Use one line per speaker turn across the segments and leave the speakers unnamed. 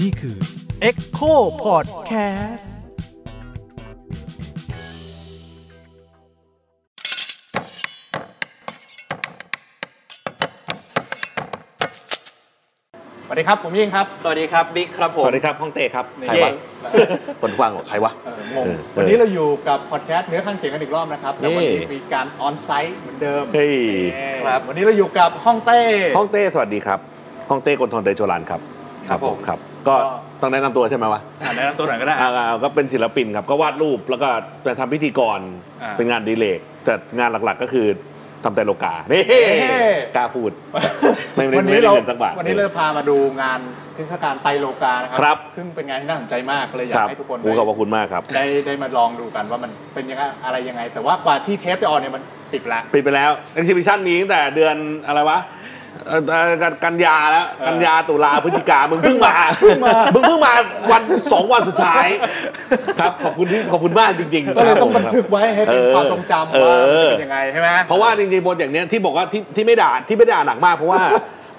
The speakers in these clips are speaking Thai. นี่คือ
Echo Podcast สวัสดีครับ ผมยิ่งครับ
สวัสดีครับบิ๊กครับผม
สวัสดีครับห้องเต้ครับ
นี่
ใครวะคนกว้างของใครวะ
เอองง
เออ
วันนี้เราอยู่กับพอดแคสต์เนื้อข้างเขียงกันอีกรอบนะครับ แต่วันนี้
เย้
มีการออนไซต์เหมือนเดิม
เฮ้ย
ครับวันนี้เราอยู่กับห้องเต้
ห้องเต้สวัสดีครับห้องเต้กนทนเตโชลานครับ
ครับผม
ครับ ก็
ก็
ต้องแนะนำตัวใช่ไหมวะ
อ่ะแนะนำตัวหน่อยก็ได้
อ่าอ่าก็เป็นศิลปินครับก็วาดรูปแล้วก็ไปทำพิธีกร
อ่า
เป็นงานอดีเลกแต่งานหลักๆก็คือทำแต่โลกาเฮ้
เฮ้
กล้าพูด ไม่ได้
วั
ไม่
นี้
ได้
เรา
เงินสักบาท
วันนี้เราพามาดูงานเทศกาลไตรโลกานะครั
ครับ
ซึ่งเป็นงานที่น่าสนใจมากเลยอยา
ค
ก
รับ
ให้ทุกคน
โอ้
ได้
ขอบพระคุณมากครับ
ได้ได้มาลองดูกันว่ามันเป็นยังไงอะไรยังไง แต่ว่ากว่าที่เทปจะออนเนี่ยมันปิดละ
ปิดไปแล้ว exhibition มีตั้งแต่เดือนอะไรวะเอ่อเอ่อกันกันยาแล้วกันยาตุลาพฤศจิกามึงเพิ่งมาเพิ่งมามึงเพิ่งมาวันสองวันสุดท้าย ครับขอบคุณที่ขอบคุณมากจริงๆ
ก็เลยต้อง
ค
บั
รั
น
ผม
ทึกไว้ให้เป็น
เออ
ความทรงจำ
เอ
ว่า
อ
เป็นยังไงใช่ไหม
เพราะว่าจริงๆโปรเจกต์เนี้ยที่บอกว่าที่ที่ไม่ด่าที่ไม่ด่าหนักมาก เพราะว่า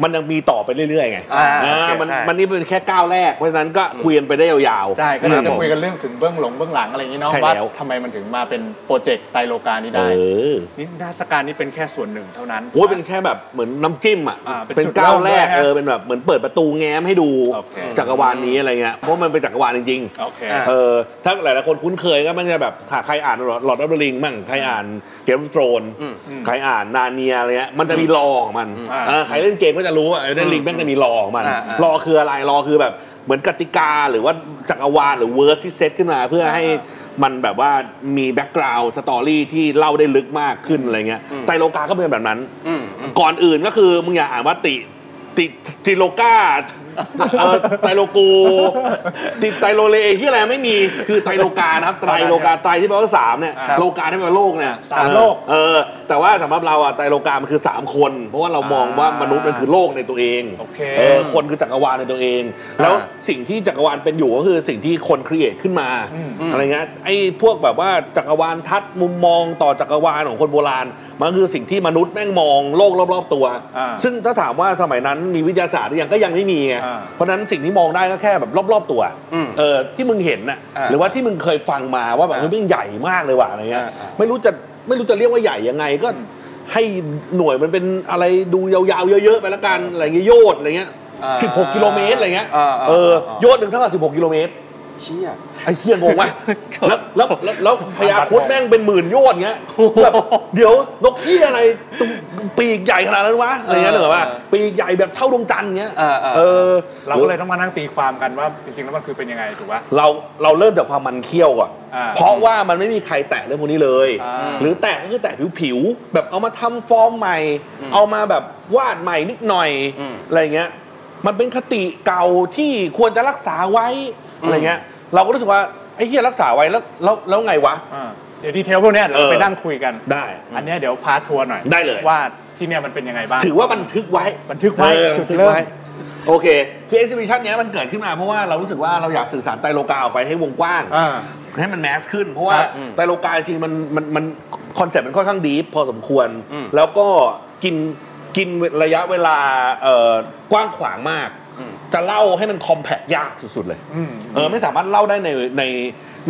มันยังมีต่อไปเรื่อยๆไง
อ่า
อ่า
โอเค
มัน
ใช่
มันนี่เป็นแค่ก้าวแรก เพราะฉะนั้นก็คุยกันไปได้ยาวๆ
ใช่ก็เลย
รั
จะ
บผม
คุยกันเรื่องถึงเบื้องหลงเบื้องหลังอะไรอย่างนี้เนาะ
ใช่
ว่า
แล้ว
ทำไมมันถึงมาเป็นโปรเจกต์ไตรโลกานี้
เอ
ได้
อ
นิทรรศการนี้เป็นแค่ส่วนหนึ่งเท่านั้น
โอ้ยเป็นแค่แบบเหมือนน้ำจิ้มอ่ะ
อ่าเป็น
เป็น
จุด
ก้าวแรก
เริ่มด้วยฮะ
เออเป็นแบบเหมือนเปิดประตูแง้มให้ดู
โอเค
จักรวาลนี้อะไรเงี้ยเพราะมันเป็นจักรวาลจริงๆ
โอเค
อ่ะ
เออถ้าหลายๆคนคุ้นเคยก็มันจะแบบใครอ่านหลอดอัลลิงมั่งใครอ่านเกมโตรน
อืม
ใครอ่านนาเนียอะไรเงี้ยมันจะมีลอของมัน
อ่า
เออใครเล่นเกมก็จะรู้ว่าเล่นลิงแม่งจะมีลอของมัน มัน
อ่าอ่า
รอคืออะไรรอคือแบบเหมือนกติกาหรือว่าจักรวาลหรือเวิร์สที่เซตขึ้นมา เพื่อให้มันแบบว่ามีแบ็กกราวด์สตอรี่ที่เล่าได้ลึกมากขึ้นอะไรเงี้ยไตรโลกาก็เป็นแบบนั้น
อืมอืม
ก่อนอื่นก็คือมึงอย่าอ่านว่าติติติโลกาเอ่อไตรโลกูติไตรโลเลที่อะไรไม่มีคือไตรโลกานะครับไตรโลกาไตรที่แปลว่าสามเนี่ย
ครับ
โลกาที่แปลว่าโลกเนี่ย
สามโลก
เออแต่ว่าสำหรับเราอะไตรโลกามันคือสามคน เพราะว่าเรามองว่ามนุษย์มันคือโลกในตัวเอง
โอเค
เออคนคือจักรวาลในตัวเอง แล้ว
อ่า
สิ่งที่จักรวาลเป็นอยู่ก็คือสิ่งที่คนครีเอทขึ้นมา อะไรเงี้ยไอ้พวกแบบว่าจักรวาลทัศน์มุมมองต่อจักรวาลของคนโบราณ มันคือสิ่งที่มนุษย์แม่งมองโลกรอบๆตัว
อ่า
ซึ่งถ้าถามว่าสมัยนั้นมีวิทยาศาสตร์หรือยังก็ยังไม่มีไง
อ่า
เพราะฉะนั้นสิ่งที่มองได้ก็แค่แบบรอบๆตัว
อืม
เออที่มึงเห็นน่ะ
อ่า
หรือว่าที่มึงเคยฟังมาว่าแบบ
อ่า
เฮ้ยแม่งใหญ่มากเลยว่ะอะไรเงี้ย
อ่าอ่า
ไม่รู้จะไม่รู้จะเรียกว่าใหญ่ยังไงก็ให้หน่วยมันเป็นอะไรดูยาวๆเยอะๆไปละกันอะไรเงี้ยโยดอะไรเงี้ย
อ่า
16กิโลเมตรอะไรเงี้ย
อ่าอ่า
เออ
อ่า
โยดหนึ่งเท่ากับ16กิโลเมตร
เชี่ย
ไอ้เฮียงงไหมแล้วแล้วแล้วแล้วพญาครุดแม่งเป็นหมื่นโยอดเงี้ยแบบเดี๋ยวนกเฮียอะไรตุ้มปีกใหญ่ขนาดนั้นวะอะไรเงี้ยเหรอวะปีกใหญ่แบบเท่าดวงจันทร์เงี้ย
อ่าอ่า
เออ
เราก็เลยต้องมานั่งตีความกันว่าจริงๆแล้วมันคือเป็นยังไงถูกปะ
เราเราเริ่มจากความมันเคี้ยวก่อน
อ่า
เพราะว่ามันไม่มีใครแตะเรื่องพวกนี้เลย
อ่า
หรือแตะก็คือแตะผิวๆแบบเอามาทำฟอร์มใหม่ เอามาแบบวาดใหม่นิดหน่อย
อืม
อะไรเงี้ยมันเป็นคติเก่าที่ควรจะรักษาไว้อะไรเงี้ยเราก็รู้สึกว่าไอ้เฮียรักษาไว้แล้วแล้วแล้วไงวะ
อ่าเดี๋ยวดีเทลพวกเนี้ยเดี๋ยวเรา
เออ
ไปนั่งคุยกัน
ได้
อันเนี้ยเดี๋ยวพาทัวร์หน่อย
ได้เลย
ว่าที่เนี่ยมันเป็นยังไงบ้าง
ถือว่าบันทึกไว้
บันทึกไว้
เออ
จุ
บั
ด
นทึก
เริ่ม
ไว้โอเค คือ exhibition เนี้ยมันเกิดขึ้นมาเพราะว่าเรารู้สึกว่าเราอยากสื่อสารไตรโลกาออกไปให้วงกว้าง
อ่า
ให้มันแมสขึ้น เพราะว่า
ครับ
ไตรโลกาจริงๆมันมันมันคอนเซ็ปต์มันค่อนข้างดีฟพอสมควร
อืม
แล้วก็กินกินระยะเวลาเอ่อกว้างขวางมาก
อืม
จะเล่าให้มันคอมแพคยากสุดๆเลย
อืม
เออไม่สามารถเล่าได้ในใน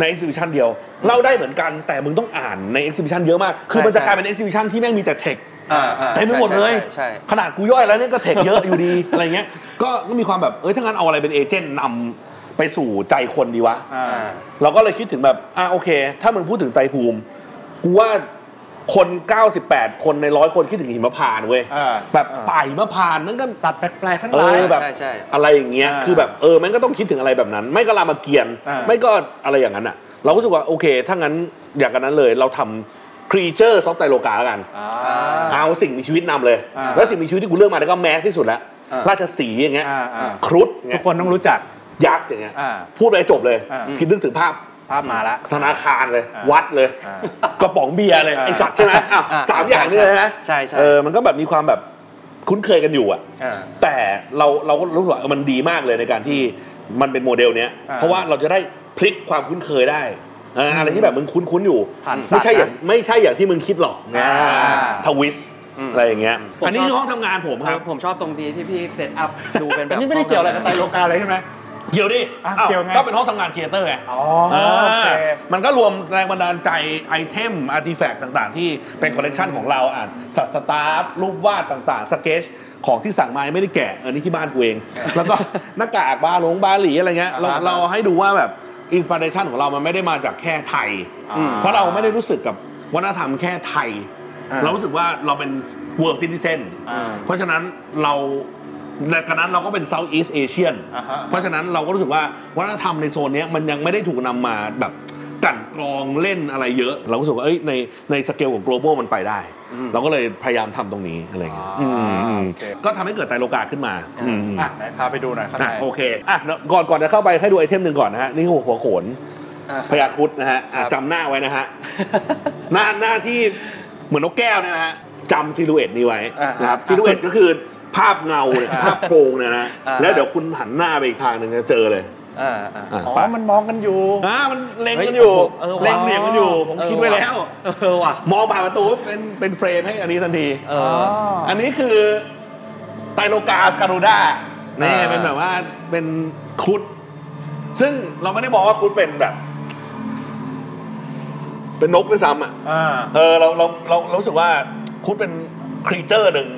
ใน e อ h i b i t i o n เดียว เล่าได้เหมือนกันแต่มึงต้องอ่านใน exhibition เยอะมาก คือมันจะกลายเป็น exhibition ที่แม่งมีแต่เทค
อ่าอ่า
เต็มไปหมดเลย
ใช่ใช่
ขนาดกูย่อยแล้วเนี่ยก็เทคเยอะอยู่ดี อะไรเงี้ย ก็ก็มีความแบบ เอ้ย ถ้างั้นเอาอะไรเป็นเอเจนต์นำไปสู่ใจคนดีวะ
อ่า
ใช่อ่า
เราก็เลยคิดถึงแบบ อ่ะโอเค ถ้ามึงพูดถึงไตรภูมิ กูว่าคน 98 คนในร้อยคนคิดถึงหิมพานต์เว้ย
อ่า
แบบป่าหิมพานต์นั่นก็
สัตว์แปลกๆทั้ง
เอ
หลาย
อแบบ
ใช่ใช่
อะไรอย่างเงี้ย
อ่า
คือแบบเออมันก็ต้องคิดถึงอะไรแบบนั้น ไม่ก็รามาเกียรติ
อ่า
ไม่ก็อะไรอย่างนั้นอ่ะ เราก็รู้สึกว่าโอเค ถ้างั้นอย่างนั้นเลยเราทำครีเจอร์ซอฟต์ไตรโลกาแล้วกัน เอาสิ่งมีชีวิตนำเลย
อ่า
แล้วสิ่งมีชีวิตที่กูเลือกมาเนี่ยก็แมสที่สุดแล้ว
อ่า
ราชสีห์อย่างเงี้ย
อ่าอ่า
ครุฑอย่า
ทุ
งเงี้
ก
ย
คนต้องรู้จัก
ยักษ์อย่างเงี้ย
อ่า
พูดไปจบเลย
อ่า
คิดนึกถึงภาพ
ภาพมาละ
ธนาคารเลย
อ่า
วัดเลย
อ่าก
ระป๋องเบียร์เลย
อ่า
ไอสัตว์ใช่ไหมอ้าว
อ่า
สามอย่างนี่เลยนะ
ใช่ใช่
เออมันก็แบบมีความแบบคุ้นเคยกันอยู่อ่ะ
อ่า
แต่เราเราก็รู้สึกว่าเออมันดีมากเลยในการที่มันเป็นโมเดลเนี้ย
อ่า
เพราะว่าเราจะได้พลิกความคุ้นเคยได้เอออะไรที่แบบมึงคุ้นๆอยู่
ผ่านสัตว์
ไม่ใช่อย่าง
นะ
ไม่ใช่อย่างที่มึงคิดหรอกนะ
อ่า
ทวิสต์ อะไรอย่างเงี้ย
ผมชอบ
อันนี้คือห้องทำงานผม
ค
ค
รั
รั
บบ ผมชอบตรงดีที่พี่เซตอัพดูเป็นแบ
อัน
บ
นี้ไม่ได้เกี่ยวอะไรกับไตรโลกาเลยใช่ไหม
เกี่ยวดิ
อ่ะ
อ้า
เกี่ยวไง
ก็เป็นห้องทำงานครีเอเตอร์ไง
อ๋อโอเค
อ่ามันก็รวมแรงบันดาลใจไอเทมอาร์ติแฟกต์ต่างๆ ที่เป็นคอลเลกชันของเราอ่านสัตว์สตาร์ฟรูปวาดต่างๆ สเกจของที่สั่งมายังไม่ได้แกะอันนี้ที่บ้านกู เอง แล้วก็หน้ากากบาหลงบาหลีอะไรเงี้ยเรา
อ่าฮะ
เราให้ดูว่าแบบอินสปิเรชันของเรามันไม่ได้มาจากแค่ไทย
อ่า
เพราะเราไม่ได้รู้สึกกับวัฒนธรรมแค่ไทย
อ่า
เรารู้สึกว่าเราเป็น world citizen
อ่า
เพราะฉะนั้นเราในขณะนั้นเราก็เป็น Southeast Asian
อ่าฮะ
เพราะฉะนั้นเราก็รู้สึกว่าวัฒนธรรมในโซนเนี้ยมันยังไม่ได้ถูกนำมาแบบกลันกรองเล่นอะไรเยอะ เราก็รู้สึกว่าเอ้ยในในสเกลของ global มันไปได้ เราก็เลยพยายามทำตรงนี้อะไรอย่างเงี้ย
อ่า
อืม
โอเค
ก็ทำให้เกิดไตรโลกาขึ้นมาอืม
อ่ะไหนพาไปดูหน่อยข้าง
อ่ะ
ใน
โอเคอ่ะเดี๋ยวก่อนก่อนจะเข้าไปให้ดูไอเทมหนึ่งก่อนนะฮะนี่คือหัวโขน
อ่ะ
พญาครุดนะฮะอ่ะ
ครับ
จำหน้าไว้นะฮ ะ หน้าหน้าที่เหมือนนกแก้วเนี่ยนะฮะจำซิลูเอตนี้ไว้
อ่าฮะ
นะครับซิลูเอตก็คือภาพเงาเนี่ย
อ่า
ภาพโครงเนี่ยนะ
อ่า
แล้วเดี๋ยวคุณหันหน้าไปอีกทางหนึ่งจะเจอเลย
อ่าอ่า
อ่ะ
อ๋อ
ไป
มันมองกันอยู่
อ่ามันเล็ง
เฮ้ย
กันอยู่
เออว่ะ
เล็งเหลี่ยมกันอยู่ ผม
เออ
คิดไว้
ว่ะ
แล้ว
เออว่ะ
มองผ่านประตูปุ๊บเป็นเป็นเฟรมให้อันนี้ทันที
เอ
อ๋อ
อ
อันนี้คือไตรโลกาสการูด้านี่
อ่า
เป็นแบบว่าเป็นครุด ซึ่งเราไม่ได้บอกว่าครุดเป็นแบบ เป็นนกด้วยซ้ำอ่ะ
อ่า
เออเราเราเราเรารู้สึกว่าคุดเป็นครีเจอร์หนึ่ง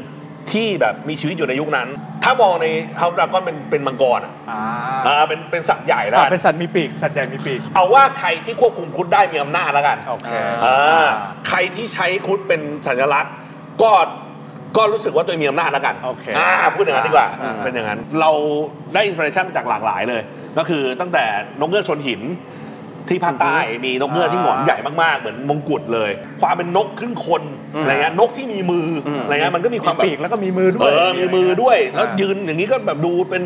ที่แบบมีชีวิตอยู่ในยุคนั้น ถ้ามองในเฮาดราก้อนเป็นเป็นมังกรอ่ะ
อ่
อ่าเป็นเป็นสัตว์ใหญ่แล้ว
า
กัน
เป็นสัตว์มีปีก สัตว์ใหญ่มีปีก
เอาว่าใครที่ควบคุมคุดได้มีอำนาจแล้วกัน
โอเค
อ่าใครที่ใช้คุดเป็นสัญลักษณ์ ก็ก็รู้สึกว่าตัวเองมีอำนาจแล้วกัน
โอเค
อ่าพูดอย่างนั้นดีกว่า
อ่า
เป็นอย่างนั้น เราได้อินสปิเรชันจากหลากหลายเลย ก็คือตั้งแต่นกเงือกชนหิน ที่ภาคใต้มีนกเงือกที่หงอนใหญ่มากๆ เหมือนมงกุฎเลย ความเป็นนกครึ่งคน
อืม
อะไรเงี้ยนกที่มีมืออ
ม
อะไรเงี้ยมันก็มีความแบ
ปีก
บ
แล้วก็มีมือด้ว
เอย อมีมือด้วย แล้ว
อ่ายื
ยืนอย่างนี้ก็แบบดูเป็น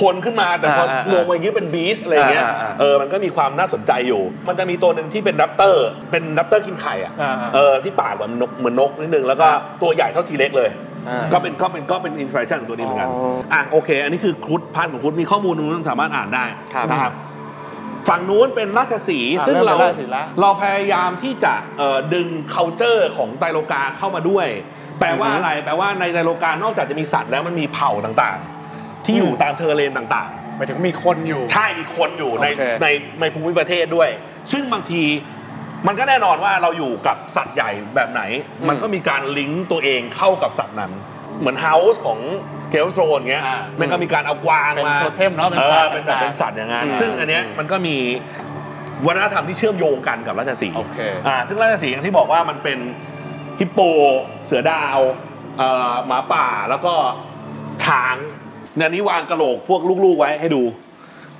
คนขึ้นมาแต่พอ
อ่าอ่า
ลงมาอย่างนี้เป็นบีสอะไรเงี้ย
อ่าอ่าอ่า
เออมันก็มีความน่าสนใจอยู่ มันจะมีตัวหนึ่งที่เป็นรัปเตอร์เป็นรัปเตอร์กินไข่อ่ะ
อ่าอ่า
เออที่ปากแบบนกเหมือนนกนิดนึงแล้วก็ตัวใหญ่เท่าทีเล็กเลย
อ่า
ก็เป็นก็เป็นก็เป็นอินสปิเรชันของตัวนี้เหมือนกัน
อ๋ออ่
อ่ะโอเค อันนี้คือครุฑพาร์ทของครุฑมีข้อมูลนู้นสามารถอ่านได้
ครับ
นะครับ ฝั่งนู้นเป็นราชสีห์
อ่ะ
ซึ่ง
เริ่
เรา
มเป็นราชสีห์ละ
เราพยายามที่จะเอ่อดึง c u เจอร์ของไตรโลกาเข้ามาด้วย แปลว่า
อือฮึ
อะไร แปลว่าในไตรโลกานอกจากจะมีสัตว์แล้วมันมีเผ่าต่างๆ ที่อยู่ตามเทอร์เลนต่างๆ
หมายถึงมีคนอยู่
ใช่มีคนอยู่ใน
โอเค
ในในภูมิประเทศด้วย ซึ่งบางทีมันก็แน่นอนว่าเราอยู่กับสัตว์ใหญ่แบบไหน
อืม
มันก็มีการลิงก์ตัวเองเข้ากับสัตว์นั้น เหมือนเฮาส์ของเกลโตรนเงี้ย
อ่ามั
มันก็มีการเอากวาง
เป็น
มา
โทเทมเนอะเป็นสัต
สัต
ว์
ว์เป็นแบบ
ต่างๆ
เป็นสัตว์อย่างนั้น
อืม
ซึ่งอันเนี้ยมันก็มีวัฒนธรรมที่เชื่อมโยงกันกับราชสีห์
โอเค
อ่าซึ่งราชสีห์อย่างที่บอกว่ามันเป็นฮิปโป เสือดาวเอ่อหมาป่าแล้วก็ช้างเนี่ยนี้วางกระโหลกพวกลูกๆไว้ให้ดู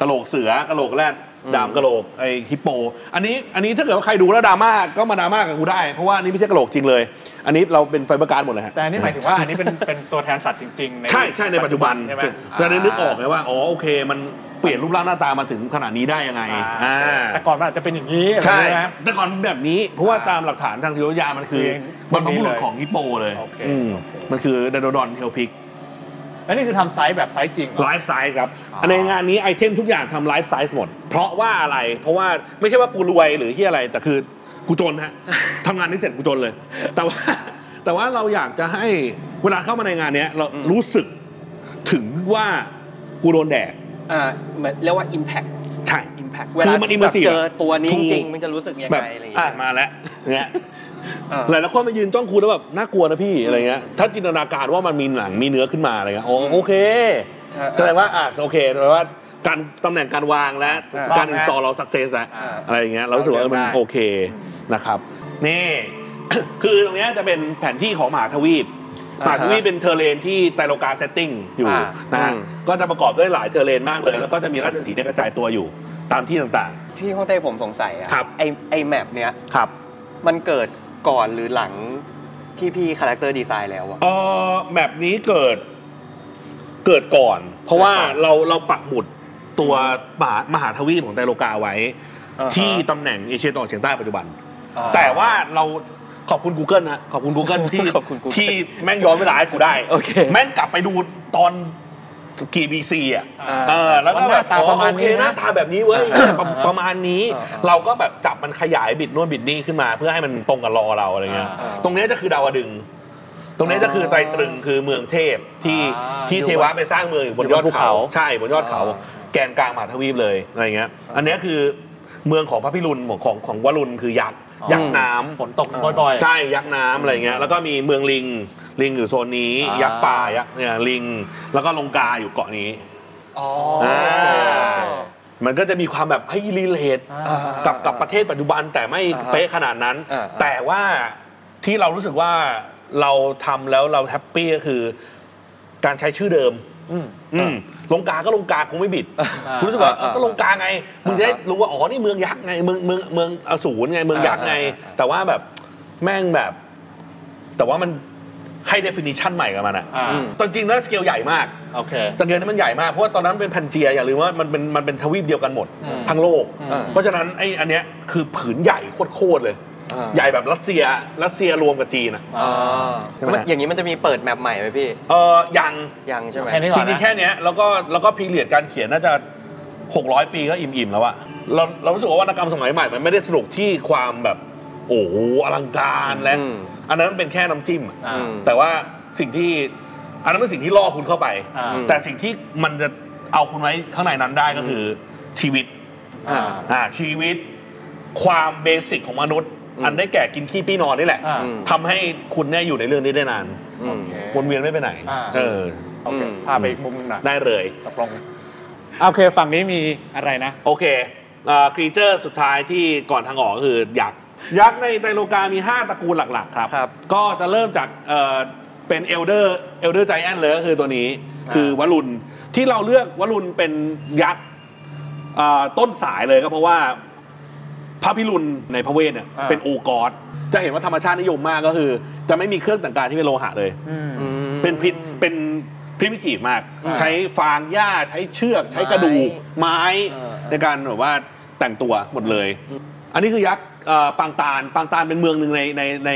กระโหลกเสือกระโหลกแรดดามกระโหลกไอฮิปโป อันนี้อันนี้ถ้าเกิดว่าใครดูแล้วดราม่าก็มาดราม่ากับกูได้ เพราะว่าอันนี่ไม่ใช่กระโหลกจริงเลย อันนี้เราเป็นไฟเบอร์การ์ดหมดเลยฮะ
แต่อันนี้หมายถึงว่าอันนี้เป็น เป็นตัวแทนสัตว์จริง ๆ ใน
ใช่ใช่ในปัจจุบัน
ใช่ไหม
จะได้นึกออกไงว่าอ๋อโอเค มันเปลี่ยนรูปร่างหน้าตามาถึงขนาดนี้ได้ยังไง
อ่า
อ่า
แต่ก่อนมันอาจจะเป็นอย่างนี้อะไร
ใช่
อย่างนี้ไหม
แต่ก่อนแบบนี้เพราะว่าตามหลักฐานทางศิลปวิทยามันคือ
คือ
มันพบุรุษของฮิปโปเลย
โอเค
อืม
โอเค
มันคือไดโนดอนเทลพิก
แล้วนี่คือทำไซส์แบบไซส์จริงเหรอ
ไลฟ์ไซส์ครับ
อ๋ออั
ในงานนี้ไอเทมทุกอย่างทำไลฟ์ไซส์หมด เพราะว่าอะไร เพราะว่าไม่ใช่ว่ากูรวยหรือที่อะไร แต่คือกูจน ฮะ ทำงานนี้เสร็จกูจนเลย แต่ว่า แต่ว่าเราอยากจะให้เวลาเข้ามาในงานเนี้ยเรารู้สึกถึงว่ากูโดนแดด
อ่าเหมือนเรียกว่า Impact
ใช่
Impact
คือ
เวลา
มัน
ที่แบบ
immersive
เจอตัวนี้
ถูก
จริงๆมันจะรู้สึกยัง
แบ
ไง
บ
อะไรอย่าง
อ่ะ
เงี้ย
มาแล้วเงี้ย
อ่า
หลายๆคนมายืนจ้องคุณแล้วแบบน่ากลัวนะพี่อะไรเงี้ย ถ้าจินตนาการว่ามันมีหนังมีเนื้อขึ้นมาอะไรเงี้ยอ๋อโอเค
ใช่
แสดงว่าอ่ะโอเคแสดงว่าการตำแหน่งการวางและ
อ่า
การอินสตอลเราสักเซสแล้ว
อ่า
อะไรอย่างเงี้ยเรารู้สึกว่าเออมัน
ได้
โอเคนะครับนี่ คือตรงเนี้ยจะเป็นแผนที่ของมหาทวีปม
อ่าฮะ
หาทวีปเป็นเทอร์เรนที่ไตรโลกาเซตติ้งอยู่
อ่า
นะฮะ
อืม
ก็จะประกอบด้วยหลายเทอร์เรนมากเลย แล้วก็จะมีราชสีห์เนี่ยกระจายตัวอยู่ตามที่ต่าง
พี่ข้องเต้ผมสงสัยอะ
ครับ
ไอไอแมปเนี้ย
ๆ ครับ
มันเกิดก่อนหรือหลังที่พี่คาแรคเตอร์ดีไซน์แล้วอะ
เออแมปนี้เกิดเกิดก่อน เพราะว่า
เกิดก่อน
เราเราปักหมุดตัวมหามหาทวีปของไตรโลกาไว้
อ่าฮะ
ที่ตำแหน่งเอเชียตะวันออกเฉียงใต้ปัจจุบัน แต่ว่าเราขอบคุณ Google นะขอบคุณ Google ที่
ขอบคุณ Google
ที่แม่งย้อนเวลาให้กูได้
โอเค
แม่งกลับไปดูตอนกี่บีซีอ่ะ
อ่า
เออแล้วก็แบบ
ว่าหน้าตาประมาณ
อ๋อโอ
นี้
เค
นะ
หน้าตาแบบนี้เว้ยประประมาณนี้
อ่าๆ
เราก็แบบจับมันขยายบิดนู่นบิดนี่ขึ้นมา เพื่อให้มันตรงกับรอเราอะไรเงี้ย
อ่าๆ
ตรงเนี้ยจะคือดาวดึงส์ ตรงนี้ก็คือไตรตรึงคือเมืองเทพที่
อ่า
ที่เทวะไปสร้างเมืองอยู่บนยอด
อยู่บนภู
เขา
เขา
ใช่บนยอดเขา แกนกลางมหาทวีปเลยอะไรเงี้ย อันเนี้ยคือเมืองของพระพิรุณของของของวรุณคือยักษ์ยักษ์น้ำ
ฝนตกบ่อยๆ
ใช่ยักษ์น้ำอะไรเงี้ยแล้วก็มีเมืองลิงลิงอยู่โซนนี้
อ่ายั
ยักษ์ป่ายักษ์เนี่ยลิง แล้วก็ลงกาอยู่เกาะนี้
อ๋อ
อ่า มันก็จะมีความแบบให้รีเลทกับกับประเทศปัจจุบันแต่ไม่
อ่าฮะ
เป๊ะขนาดนั้น
อ่าอ่า
แต่ว่าที่เรารู้สึกว่าเราทำแล้วเราแฮปปี้ก็คือ การใช้ชื่อเดิม
อืม
อืมลงกาก็ลงกาคงไม่บิดคุณรู้สึกว่า
อ่า
ก็ลงกาไงมึงจะได้รู้ว่าอ๋อนี่เมืองยักษ์ไงเมืองเมืองเมืองอสูรไงเมืองยักษ์ไง
อ่าอ่าอ่า
แต่ว่าแบบแม่งแบบ แต่ว่ามันให้ definition ใหม่กับมันอะ
อ่า
อืม
ตอนจริงแล้วสเกลใหญ่มาก
โอเค
สเกลนี้มันใหญ่มากเพราะว่าตอนนั้นเป็นพันเจียอย่าลืมว่ามันเป็นมันเป็นทวีปเดียวกันหมด
อืม
ทั้งโลก
อ่า
เพราะฉะนั้นไอ้อันเนี้ยคือผืนใหญ่โคตรๆเลย
อ่า
ใหญ่แบบรัสเซียรัสเซียรวมกับจีนอะ
อ๋อ
ใช่ไหม
มันอย่างนี้มันจะมีเปิดแมปใหม่ไหมพี่
เออยัง
ยังใช่ไหม
แค่นี้ ก่
จ
อ
ริงๆแค่เนี้ยแล้วก็แล้วก็พีเรียดการเขียนน่าจะ 600 ปีก็อิ่มๆแล้วอะเราเรารู้สึกว่าวรรณกรรมสมัยใหม่ มันไม่ได้สนุกที่ความแบบ โอ้โหอลังการและ
อืม
อันนั้นมันเป็นแค่น้ำจิ้มอะ
อ่า
อืม
แต่ว่าสิ่งที่อันนั้นเป็นสิ่งที่ล่อคุณเข้าไป
อ่า
แต่สิ่งที่มันจะเอาคุณไว้ข้างในนั้นได้ก็คืออชีวิต
อ่า
อ่าชีวิต ความเบสิกของมนุษย์
อืม
อันได้แก่กินขี้ปี้นอนนี่แหละ
อ่า
ทำให้คุณเนี่ยอยู่ในเรื่องนี้ได้นาน
อืม
โอเค
วนเวียนไม่ไปไหน
อ่า
เออ
โอเคพาไปอีกมุมหนึงหน่อย
ได้เลย
ตกลงอ่ะโอเคฝั่งนี้มีอะไรนะ
โอเคครีเจอร์สุดท้ายที่ก่อนทางออกก็คือยักษ์ ยักษ์ในไตรโลกามี 5 ตระกูลหลัก ๆ ครับ
ครับ
ก็จะเริ่มจากเอ่อเป็นเอลเดอร์เอลเดอร์ใจแอนเลยก็คือตัวนี้ คือวรุณ ที่เราเลือกวรุณเป็นยักษ์เอ่อต้นสายเลยก็เพราะว่าพระพิรุณในพระเวทเนี่ย
อ่า
เป็นโอกอสจะเห็นว่าธรรมชาตินิยมมากก็คือ จะไม่มีเครื่องแต่งกายที่เป็นโลหะเลย
อืม
เป็นพิษเป็นพิพิถีมาก
อ่า
ใช้ฟางหญ้าใช้เชือกใช้กระดูกไม้
เออ
ในการแบบว่าแต่งตัวหมดเลย อันนี้คือยักษ์เอ่อปางตาลปางตาลเป็นเมืองหนึ่งในในใน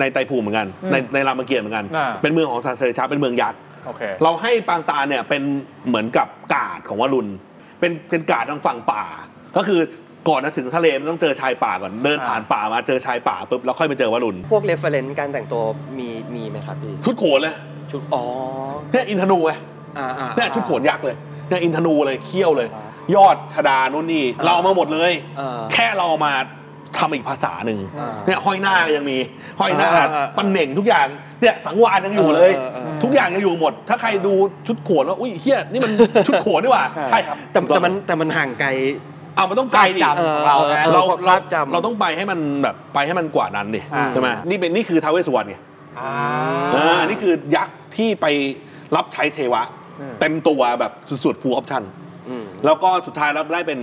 ในไตรภูมิเหมือนกันในในรามเกียรติเหมือนกัน
อ่า
เป็นเมืองของซาเซเรชาเป็นเมืองยักษ์
โอเค
เราให้ปางตาเนี่ยเป็นเหมือนกับกาดของวรุณ เป็นเป็นกาดทางฝั่งป่า ก็คือก่อนจะถึงทะเลมันต้องเจอชายป่าก่อนเดินผ่านป่ามาเจอชายป่าปุ๊บแล้วค่อยไปเจอวรุณ
พวกเรฟเฟรนซ์การแต่งตัวมีมีไหมครับพี่
ชุดโขนเลย
ชุด อ๋อ
เนี่ยอินทนูไง
อ่าอ่า
เนี่ยชุดโขนยักษ์เลยเนี่ยอินทนูเลยเขี้ยวเลย
อ่
ยอดชดานู่นนี่
อ่า
เราเอามาหมดเลย
อ่า
แค่เราเอามาทำอีกภาษาหนึ่ง
อ่า
เนี่ยห้อยหน้าก็ยังมีห้อยหน้า
อ่าอ่า
ปันเหน่งทุกอย่างเนี่ยสังวานยังอยู่เลย
เออเออเออ
ทุกอย่างยังอยู่หมด ถ้าใครดูชุดโขนว่าอุ้ยเฮียนี่มัน ชุดโขนนี่หว่าใช่ครับ
แต่
ถูกอง
แต่มันแต่มันห่างไกล
เอามันต้องไปดิ
จำ ของเราไง
ออออ
เรา
ภา
เรา
พจำ
เราต้องไปให้มันแบบไปให้มันกว่านั้นดิ
อ่า
ใช่ไหมนี่เป็นนี่คือท้าวเวสสวรรณไง
อ่า
อ่านี่คือยักษ์ที่ไปรับใช้เทวะ
อืม
เต็มตัวแบบสุดๆ ฟูลออปชั่น
อืม
แล้วก็สุดท้ายแล้วได้เป็น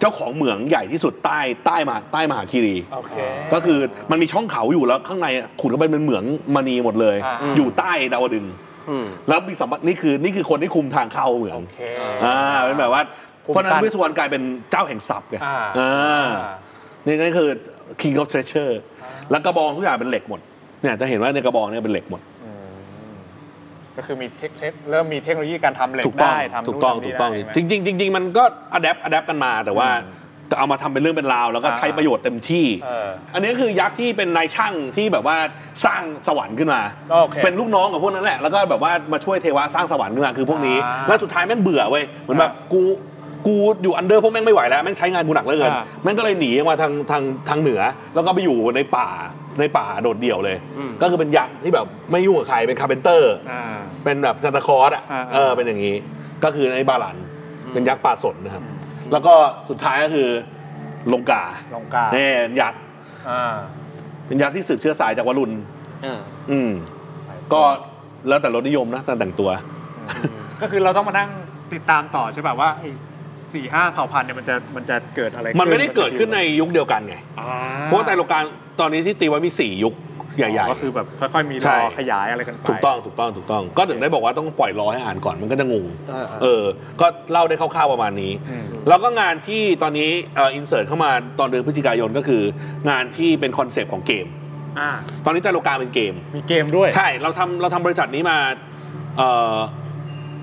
เจ้าของเหมืองใหญ่ที่สุดใต้ใต้มหาใต้มหาคีรี
โอเค
ก็คือมันมีช่องเขาอยู่แล้วข้างในอะขุดเข้าไปเป็นเหมืองมณีหมดเลย
อ่า
อยู่ใต้ดาวดึงส์
อืม
แล้วมีสัมปนี่คือนี่คือคนที่คุมทางเข้าเหมือง
โอเค
อ่าเป็นแบบว่า
คุม
เพราะฉะนั้
กัน น
วิศวรกลายเป็นเจ้าแห่งทรัพย์ไง
อ่า
อ่า
อ่า
นี่ก็คือ king of treasure แล้วกระบองทุกอย่างเป็นเหล็กหมดเนี่ยจะเห็นว่าในกระบองเนี่ยเป็นเหล็กหมด
ก็คือมีเทคเทคเริ่มมีเทคโนโลยีการทำเหล็ก
ถูกต้อง
ได้ทำนู่น
ถูกต้อง
ทำนี่
ถูกต้อง
ได้ไหม
จริงๆจริงๆมันก็อัดแอปอัดแอปกันมา แต่ว่าเอามาทำเป็นเรื่องเป็นราว แล้วก็
อ่า
ใช้ประโยชน์เต็มที่
เออ
อันนี้คือยักษ์ที่เป็นนายช่างที่แบบว่าสร้างสวรรค์ขึ้นมา
โอเค
เป็นลูกน้องกับพวกนั้นแหละ แล้วก็แบบว่ามาช่วยเทวะสร้างสวรรค์ขึ้นมาคือพวกนี้
อ่า
แล้วสุดท้ายแม่งเบื่อเว้ยเหมือนแบบ
อ่า
กูกูอยู่อันเดอร์พวกแม่งไม่ไหวแล้วแม่งใช้งานกูหนักเหลือเกิน
อ่า
แม่งก็เลยหนีมาทางทางทางเหนือ แล้วก็ไปอยู่ในป่าในป่าโดดเดี่ยวเลย
อืม
ก็คือเป็นยักษ์ที่แบบไม่ยุ่งกับใครเป็นคาร์เพนเตอร์
อ่า
เป็นแบบซานตาคลอร์สอ่ะ
อ่า
เออ เป็นอย่างนี้ ก็คือในบาลัน เป็นยักษ์ป่าสนนะครับ แล้วก็สุดท้ายก็คือลงกา
ลงกา
เนี่ยยักษ์
อ่า
เป็นยักษ์ที่สืบเชื้อสายจากวรุณ
เออ
อืม ก็แล้วแต่รสนิยมนะการแต่งตัว
ก็คือเราต้องมานั่งติดตามต่อใช่ป่ะว่าไอ้สี่ห้าเผ่าพันธุ์เนี่ยมันจะมันจะเกิดอะไร
มันไม่ได้เกิดขึ้นในยุคเดียวกันไง
อ่
เพราะว่าแต่โลกาลตอนนี้ที่ตีไว้มีสี่ยุคใหญ่
ก็คือแบบค่อยๆมี
ใช่
รอขยายอะไรกันไป
ๆ ถูกต้อง ถูกต้อง ถูกต้อง ก็ถึงได้บอกว่าต้องปล่อยรอให้อ่านก่อน มันก็จะงง
อ่าๆ
เออ ก็เล่าได้คร่าวๆประมาณนี้
อืม
แล้วก็งานที่ตอนนี้เอินเสิร์ตเข้ามาตอนเดือนพฤศจิกายนก็คือ งานที่เป็นคอนเซปต์ของเกม
อ่า
ตอนนี้แต่โลกาเป็นเกม
มีเกมด้วย
ใช่ เราทำเราทำบริษัทนี้มาเอ่อ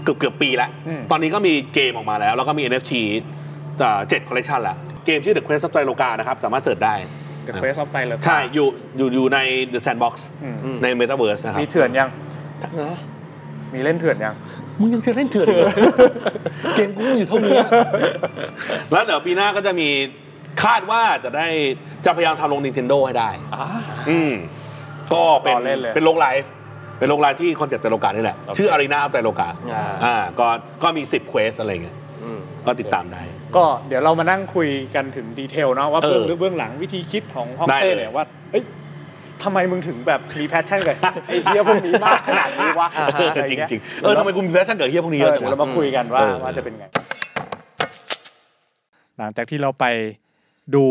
เกือบเกือบปีแล้ว
อืม
ตอนนี้ก็มีเกมออกมาแล้ว แล้วก็มี NFT เจ็ดคอลเลกชันแล้ว เกมชื่อ The Quest of ไตรโลกานะครับ สามารถเสิร์ชได้
The Quest of Time เลย
ใช่ อยู่อยู่อยู่ใน The Sandbox ใน Metaverse นะครับ
มีเถื่อนยัง มีเล่นเถื่อนยัง
มึงยังจะเล่นเถื่อนอยู่ เกมกูอยู่เท่านี้ แล้วเดี๋ยวปีหน้าก็จะมีคาดว่าจะได้จะพยายามทำลง Nintendo ให้ได้ อืมก็เป็น
รอเล่นเลย
เป็นโลกไลฟ์เป็นโลกไลฟ์ที่คอนเซ็ปต์แต่โลกานี่แหละ ชื่ออารีนาเอาแต่โลกา
อ่า
อ่าก็ก็มี 10 เควสอะไรเงี้ย
อืม
ก็ติดตามได้
ก็เดี๋ยวเรามานั่งคุยกันถึงดีเทลเนาะว่า
เอ
เบื้อ
อง
ลึกเบื้องหลังวิธีคิดของฮอก
ได้
เต้
เลย
เนี่ยว่าเอ้ยทำไมมึงถึงแบบมีแพชชั่นกับ ไอ้เหี้ยพวกนี้มากขนาดนี้วะ
อ่าฮะ
อะ
จริง
ไเย
จริงๆเออทำไมกูมีแพชชั่นเกิดเฮียพวกนี้เย
เอ
อะ
อ
จัง
เดี๋ยวเรา
วะ
มาคุยกันว่า
เออ
ว่าจะเป็นไง หลังจากที่เราไปดู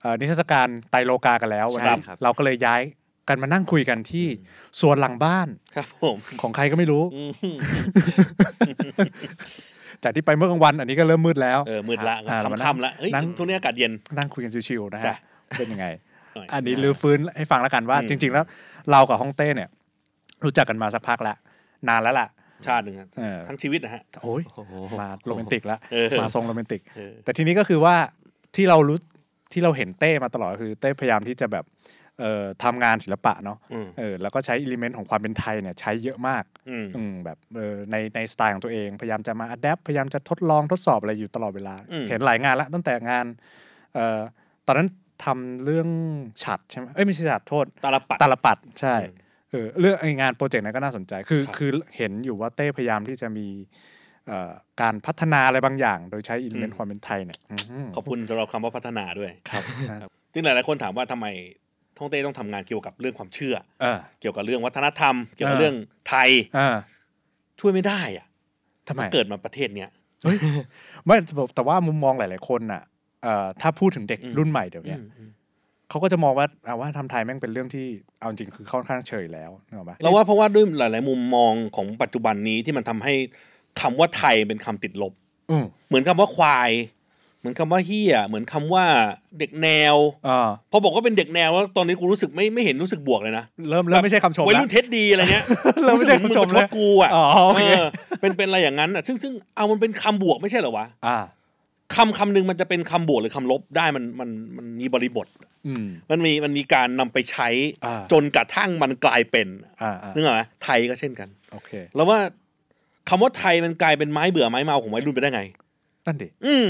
เอ่อนิทรรศการไตรโลกากันแล้ววันนั้น
ใช่ครับ
เราก็เลยย้ายกันมานั่งคุยกันที่สวนหลังบ้าน
ครับผม
ของใครก็ไม่รู้
อืม
จากที่ไปเมื่อกลางวันอันนี้ก็เริ่มมืดแล้ว
เออมืดละ
อ่าเรามานั่ง
ค่ำๆละเอ้ย
นั่ง
ทุกนี้อากาศเย็น
นั่งคุยกันชิวๆนะ
จ้ะ
ฮะเป็นยังไง
หน่อย
อันนี้รื้อฟื้นให้ฟังแล้วกันว่า
อืม
จริง ๆ แล้วเรากับฮ่องเต้เนี่ย รู้จักกันมาสักพักแล้วนานแล้วล่ะ
ชาติหนึ่งอะ
เออ
ทั้งชีวิตนะฮะ
โอ้ย
โอ้โห
มาโรแมนติกแล้ว
เออ
มาทรงโรแมนติก
เออ
แต่ทีนี้ก็คือว่าที่เรารู้ที่เราเห็นเต้มาตลอดคือเต้พยายามที่จะแบบเอ่อทำงานศิลปะเนาะ
อืม
เออแล้วก็ใช้อิเลเมนต์ของความเป็นไทยเนี่ยใช้เยอะมาก
อืม
อืมแบบเออในในสไตล์ของตัวเอง พยายามจะมาอัดแอปพยายามจะทดลองทดสอบอะไรอยู่ตลอดเวลา
อืม
เห็นหลายงานละตั้งแต่งานเอ่อตอนนั้นทำเรื่องฉัดใช่ไหมเอ้ยไม่ใช่ฉัดโทษ
ตาลปัด
ตาลปัดใช่
อืม
เออเรื่องไอ้งานโปรเจกต์นั้นก็น่าสนใจคือ
ครับ
คือเห็นอยู่ว่าเต้พยายามที่จะมีเอ่อการพัฒนาอะไรบางอย่าง โดยใช้อิเลเมน
อื
ต์
ม
ความเป็นไทยเนี่ยอืม
ขอบคุณสำหรับคำว่าพัฒนาด้วย
ครับ
ซึ่งหลายๆคนถามว่าทำไมท่องเต้ต้องทำงานเกี่ยวกับเรื่องความเชื่อ
เออ
เกี่ยวกับเรื่องวัฒนธรรม เกี่ยวกับ
เออ
เรื่องไทย
อ่า
ช่วยไม่ได้อะ
ทำไม
เกิดมาประเทศเนี้ย
เฮ้ยไม่แต่แต่ว่ามุมมองหลาย ๆ คนน่ะเอ่อถ้าพูดถึงเด็ก
อืม
รุ่นใหม่เดี๋ยวเนี้ย
อืมอืม
เขาก็จะมองว่าอ่าว่าทำไทยแม่งเป็นเรื่องที่เอาจริงคือค่อนข้างเฉยแล้วนึกออกปะ
เราว่าเพราะว่าด้วยหลาย ๆ มุมมองของปัจจุบันนี้ที่มันทำให้คำว่าไทยเป็นคำติดลบ
อืม
เหมือนคำว่าควาย เหมือนคำว่าเฮียเหมือนคำว่าเด็กแนว
อ่า
พอบอกว่าเป็นเด็กแนวแล้วตอนนี้กูรู้สึกไม่ไม่เห็นรู้สึกบวกเลยนะ
เริ่มเริ่มไม่ใช่คำชม
วัย
แล้
รุ่
ว
นเท็ดดีอะไรเงี้ย
เริ่มไม่ใช่
รู้
คำช
สึก
ม
น
แล้ว
ประชดกูอ่ะ
อ๋อโอเค
เออเป็นเป็นอะไรอย่างนั้นอ่ะซึ่งซึ่งเอามันเป็นคำบวกไม่ใช่เหรอวะ
อ่า
คำคำหนึ่งมันจะเป็นคำบวกหรือคำลบได้มันมันมันมีบริบท
อืม
มันมีมันมีการนำไปใช้
อ่า
จนกระทั่งมันกลายเป็น
อ่าอ่า
นึกออกไหมไทยก็เช่นกัน
โอเค
แล้วว่าคำว่าไทยมันกลายเป็นไม้เบื่อไม้เมาของวัยรุ่นไปได้ไง
นั่นดิ
อืม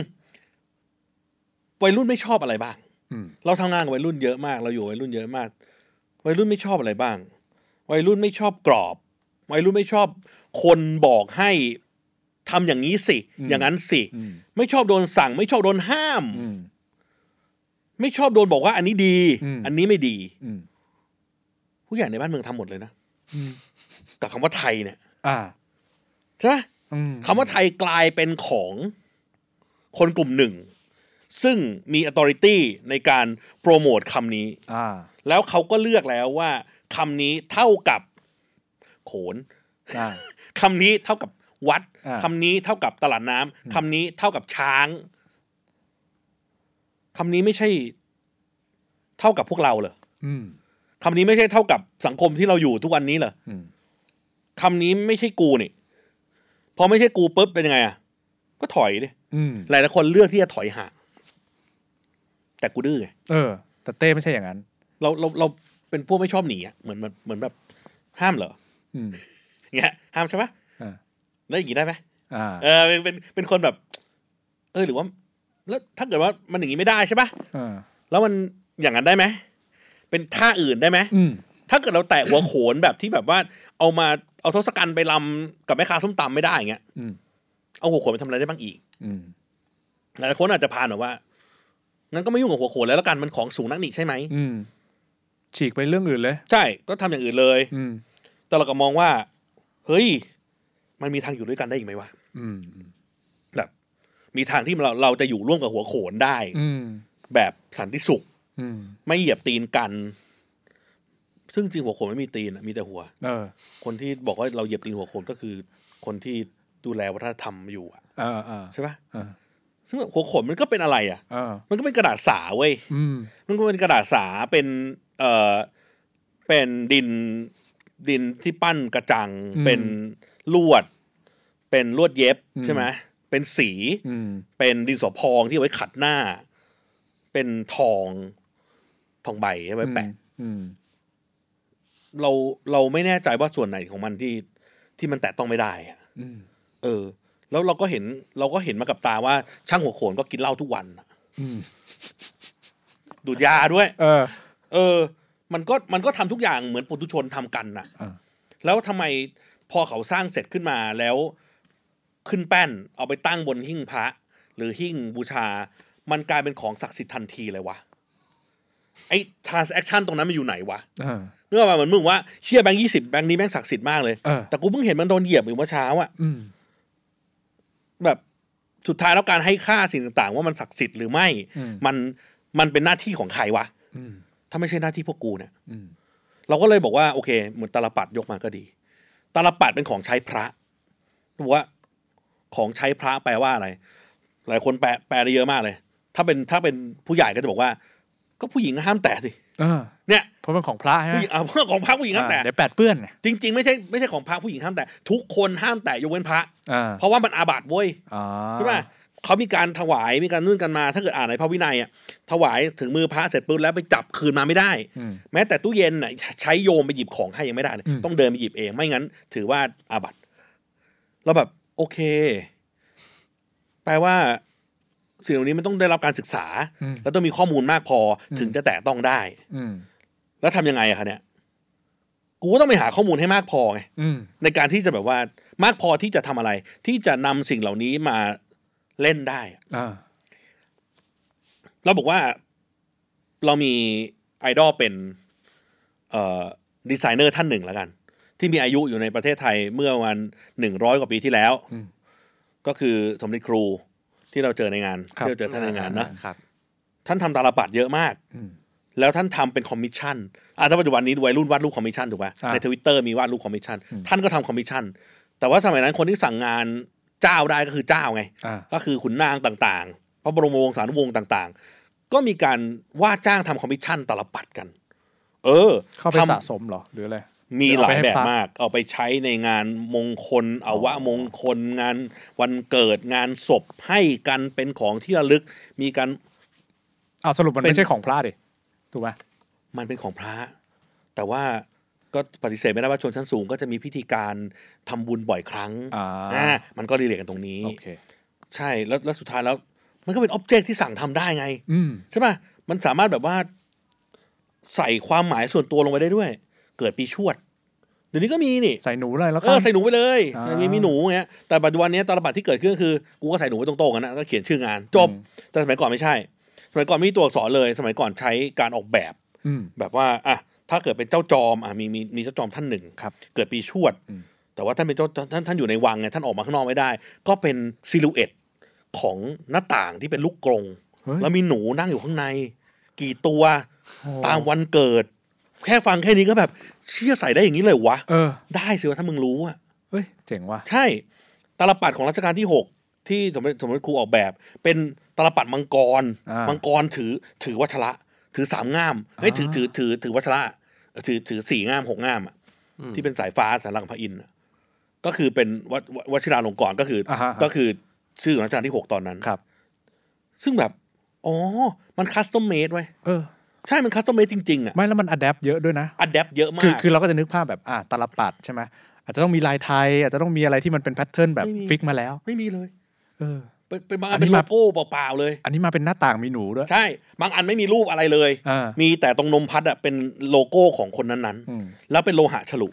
วัยรุ่นไม่ชอบอะไรบ้าง
อืม
เราทำงานกับวัยรุ่นเยอะมาก เราอยู่กับวัยรุ่นเยอะมาก วัยรุ่นไม่ชอบอะไรบ้าง วัยรุ่นไม่ชอบกรอบ วัยรุ่นไม่ชอบ คนบอกให้ทำอย่างนี้สิ อย่างนั้นสิ
อืม
ไม่ชอบโดนสั่ง ไม่ชอบโดนห้าม
อืม
ไม่ชอบโดนบอกว่าอันนี้ดี
อืม
อันนี้ไม่ดี
อืม
ผู้ใหญ่ในบ้านเมืองทำหมดเลยนะ
อืม
แต่คำว่าไทยเนี่ย
อ่า
ใช่ไหม
อืม
คำว่าไทยกลายเป็นของคนกลุ่มหนึ่ง ซึ่งมี authority ในการโปรโมทคำนี้
อ่า
แล้วเขาก็เลือกแล้วว่าคำนี้เท่ากับโขน
อ่า
คำนี้เท่ากับวัด
อ่า
คำนี้เท่ากับตลาดน้ำคำนี้เท่ากับช้างคำนี้ไม่ใช่ เท่ากับพวกเราเหรอ
อืม
คำนี้ไม่ใช่เท่ากับสังคมที่เราอยู่ทุกวันนี้เหรอ
อืม
คำนี้ไม่ใช่กูนี่ พอไม่ใช่กูปุ๊บเป็นยังไงอ่ะ ก็ถอยดิ
อืม
หลายๆคนเลือกที่จะถอยห่าง แต่กูดื้อไง
เออ แต่เต้ไม่ใช่อย่างนั้น
เราเราเราเป็นพวกไม่ชอบหนีอ่ะ เหมือนแบบเหมือนแบบห้ามเหรอ
อืม
อย่างเงี้ย ห้ามใช่ปะ
อ่า
แล้วอย่างงี้ได้ไหม
อ่า
เออเป็นเป็นเป็นคนแบบ เออหรือว่า แล้วถ้าเกิดว่ามันอย่างงี้ไม่ได้ใช่ปะ
อ่า
แล้วมันอย่างนั้นได้ไหม เป็นท่าอื่นได้ไหม
อืม
ถ้าเกิดเราแตะหัวโขนแบบที่แบบว่าเอามาเอาทศกัณฐ์ไปลำกับแม่ค้าส้มตำไม่ได้อย่างเงี้ย
อืม
เอาหัวโขนไปทำอะไรได้บ้างอีก
อืม
หลายคนอาจจะพานหรอว่างั้นก็ไม่ยุ่งกับหัวโขนแล้วแล้วกันมันของสูงนักหนีใช่ไหม
อืมฉีกไปเรื่องอื่นเลย
ใช่ ก็ทำอย่างอื่นเลย
อืม
แต่เราก็มองว่า เฮ้ย มันมีทางอยู่ด้วยกันได้อีกไหมวะ
อืม
แบบมีทางที่เราเราจะอยู่ร่วมกับหัวโขนได้
อืม
แบบสันติสุข
อืม
ไม่เหยียบตีนกัน ซึ่งจริงหัวโขนไม่มีตีนอะมีแต่หัว
เออ
คนที่บอกว่าเราเหยียบตีนหัวโขนก็คือ คนที่ดูแลวัฒนธรรมอยู่อะ
เออเออ
ใช่ปะ
เออ
ซึ่งแบบหัวโขนมันก็เป็นอะไรอ่ะ
เออ
มันก็เป็นกระดาษสาเว้ย
อืม
มันก็เป็นกระดาษสา เป็น เอ่อ เป็นดิน ดินที่ปั้นกระจัง เป็นลวด เป็นลวดเย็บใช่ไหมเป็นสี
อืม
เป็นดินสอพองที่เอาไว้ขัดหน้า เป็นทอง ทองใบใช่ไหมแปะ
อืม
เราเราไม่แน่ใจว่าส่วนไหนของมันที่ที่มันแตะต้องไม่ได้อะ
อืม
เออ แล้วเราก็เห็นเราก็เห็นมากับตาว่าช่างหัวโขนก็กินเหล้าทุกวันอะ
อืม
ดูดยาด้วย
เออ
เออ มันก็มันก็ทำทุกอย่างเหมือนปุถุชนทำกันน่ะ
อ่า
แล้วทำไมพอเขาสร้างเสร็จขึ้นมาแล้วขึ้นแป้นเอาไปตั้งบนหิ้งพระ หรือหิ้งบูชา มันกลายเป็นของศักดิ์สิทธิ์ทันทีเลยวะ ไอ้ transaction ตรงนั้นมันอยู่ไหนวะ
อ่า
เนื่องมาเหมือนมึงว่าเชี่ยแบงค์ยี่สิบแบงค์นี้แบงค์ศักดิ์สิทธิ์มากเลย
เออ
แต่กูเพิ่งเห็นมันโดนเหยียบอยู่เมื่อเช้าอะ
อืม
แบบสุดท้ายแล้วการให้ค่าสิ่งต่างๆ ว่ามันศักดิ์สิทธิ์หรือไม่
อืม
มันมันเป็นหน้าที่ของใครวะ
อืม
ถ้าไม่ใช่หน้าที่พวกกูเนี่ย
อืม
เราก็เลยบอกว่าโอเค เหมือนตาลปัดยกมาก็ดี ตาลปัดเป็นของใช้พระบอกว่าของใช้พระแปลว่าอะไร หลายคนแปลแปลได้เยอะมากเลย ถ้าเป็นถ้าเป็นผู้ใหญ่ก็จะบอกว่า ก็ผู้หญิงห้ามแตะสิ
เออ
เนี่ย
เพราะเป็นของพระใช่ไหม
ผู้หญิงอ่ะของพระผู้หญิงห้าม
อ่า
แตะ
เดี๋ยวแปดเปื้อนไง
จริง ๆ ไม่ใช่ไม่ใช่ของพระผู้หญิงห้ามแตะทุกคนห้ามแตะยกเว้นพระ
อ่า
เพราะว่ามันอาบัติเว้ย
อ๋อ
ใช่ไหมเขามีการถวายมีการนู่นกันมา ถ้าเกิดอ่านในพระวินัยอ่ะถวายถึงมือพระเสร็จปุ๊บแล้วไปจับคืนมาไม่ได้
อืม
แม้แต่ตู้เย็นน่ะใช้โยมไปหยิบของให้ยังไม่ได้เลย
อืม
ต้องเดินไปหยิบเองไม่งั้น ถือว่าอาบัติเราแบบ โอเค แปลว่าสิ่งเหล่านี้มันต้องได้รับการศึกษา
อืม
แล้วต้องมีข้อมูลมากพออ
ม
ถึงจะแตะต้องได้
อืม
แล้วทำยังไงอะคะเนี่ย กูก็ต้องไปหาข้อมูลให้มากพอไง
อืม
ในการที่จะแบบว่ามากพอที่จะทำอะไร ที่จะนำสิ่งเหล่านี้มาเล่นได้อะ
อ่า
เราบอกว่า เรามีไอดอลเป็นเอ่อดีไซเนอร์ท่านหนึ่งแล้วกัน ที่มีอายุอยู่ในประเทศไทยเมื่อประมาณหนึ่งร้อยกว่าปีที่แล้ว
อืม
ก็คือสมเด็จครูที่เราเจอในงาน
ครับ
ที่เราเจอท่านในงานนะครับ ท่านทำตาลปัดเยอะมาก
อืม
แล้วท่านทำเป็นคอมมิชชั่นอ่ะถ้าปัจจุบันนี้วัยรุ่นวาดรูปคอมมิชชั่นถูกป่ะ
อ่า
ในทวิตเตอร์มีวาดรูปคอมมิชชั่นท่านก็ทำคอมมิชชั่นแต่ว่าสมัยนั้นคนที่สั่งงานเจ้าได้ก็คือเจ้าไง
อ่า
ก็คือขุนนางต่างๆ พระบรมวงศานุวงศ์ต่างๆ ก็มีการว่าจ้างทำคอมมิชชั่นตาลปัดกัน เออ
เข้าไป
ทำ
สะสมเหรอ หรืออะไร
มีหลา
เอา
ย
ไปให้
แบบ
พระ
มาก เอาไปใช้ในงานมงคล เอาวะมงคล งานวันเกิดงานศพให้กันเป็นของที่ระลึก มีการ
อ้าวสรุปมัน
เป็น
ไม่ใช่ของพระดิ ถูกไหม
มันเป็นของพระ แต่ว่าก็ปฏิเสธไม่ได้ว่าชนชั้นสูงก็จะมีพิธีการทำบุญบ่อยครั้ง
อ่า
อ่ามันก็รีเลทกันตรงนี้
โอเค
ใช่แล้วแล้วสุดท้ายแล้ว มันก็เป็นอ็อบเจกที่สั่งทำได้ไง
อืม
ใช่ป่ะ มันสามารถแบบว่าใส่ความหมายส่วนตัวลงไปได้ด้วย เกิดปีชวด เดี๋ยวนี้ก็มีนี่
ใส่หนูเลยแล้ว
เอ
กั
อน ใส่หนูไปเลย
อ่า
ใส่มีมีหนูอย่างเงี้ยแต่ปัจจุบันเนี้ยตาลปัดที่เกิดขึ้นก็คือ กูก็ใส่หนูไว้ตรงโต๊ะกันนะก็เขียนชื่องานจบ แต่สมัยก่อนไม่ใช่ สมัยก่อนไม่มีตัวอักษรเลย สมัยก่อนใช้การออกแบบ
อืม
แบบว่าอ่ะถ้าเกิดเป็นเจ้าจอมอ่ะมีมีมีเจ้าจอมท่านหนึ่ง
ครับ
เกิดปีชวด
อืม
แต่ว่าท่านเป็นเจ้าท่านท่านอยู่ในวังไงท่านออกมาข้างนอกไม่ได้ ก็เป็นซิลูเอตของหน้าต่างที่เป็นลูกกรง
เฮ้ย
แล้วมีหนูนั่งอยู่ข้างใน กี่ตัว
โอ้
ตามวันเกิด แค่ฟังแค่นี้ก็แบบเชื่อใส่ได้อย่างนี้เลยวะ
เออ
ได้สิวะถ้ามึงรู้อะ
เฮ้ย เจ๋งว่ะ
ใช่ตาลปัดของรัชกาลที่ 6 ที่สมเด็จสมเด็จครูออกแบบ เป็นตาลปัดมังกร
อ่ามั
มังกรถือถือวัชระ ถือสามง่ามไม่ถือถือถือถือวัชระเอ่อถือถือสี่ง่ามหกง่ามอะที่เป็นสายฟ้าสัญลักษณ์พระอินทร์อะก็คือเป็นวชววชิราลงกรณ์ก็คืออา
ฮะ
ก็คือชื่อของรัชกาลที่หกตอนนั้น
ครับ
ซึ่งแบบ อ๋อ มันคัสตอมเมดไว้ย
เออ
ใช่มันคัสตอมเมดจริง ๆ อ่ะ
ไม่แล้วมันอัดแอปเยอะด้วยนะ
อัดแดปเยอะมา
คือ
ก
คือเราก็จะนึกภาพแบบ อ่าตลับปัดใช่ไหมอาจจะต้องมีลายไทย อาจจะต้องมีอะไรที่มันเป็นแพทเทิร์นแบบ
ไม่มี
ฟิกมาแล้ว
ไม่มีเลย
เออ
เป็นเป็นบาง
อั
อัน
นนี้
เป็นโล
มา
โก้เปล่าๆเลย
อันนี้มาเป็นหน้าต่างมีหนูด้วย
ใช่ บางอันไม่มีรูปอะไรเลย
อ่า
มีแต่ตรงนมพัดอะเป็นโลโก้ของคนนั้น
อืม
ๆ แล้วเป็นโลหะฉลุ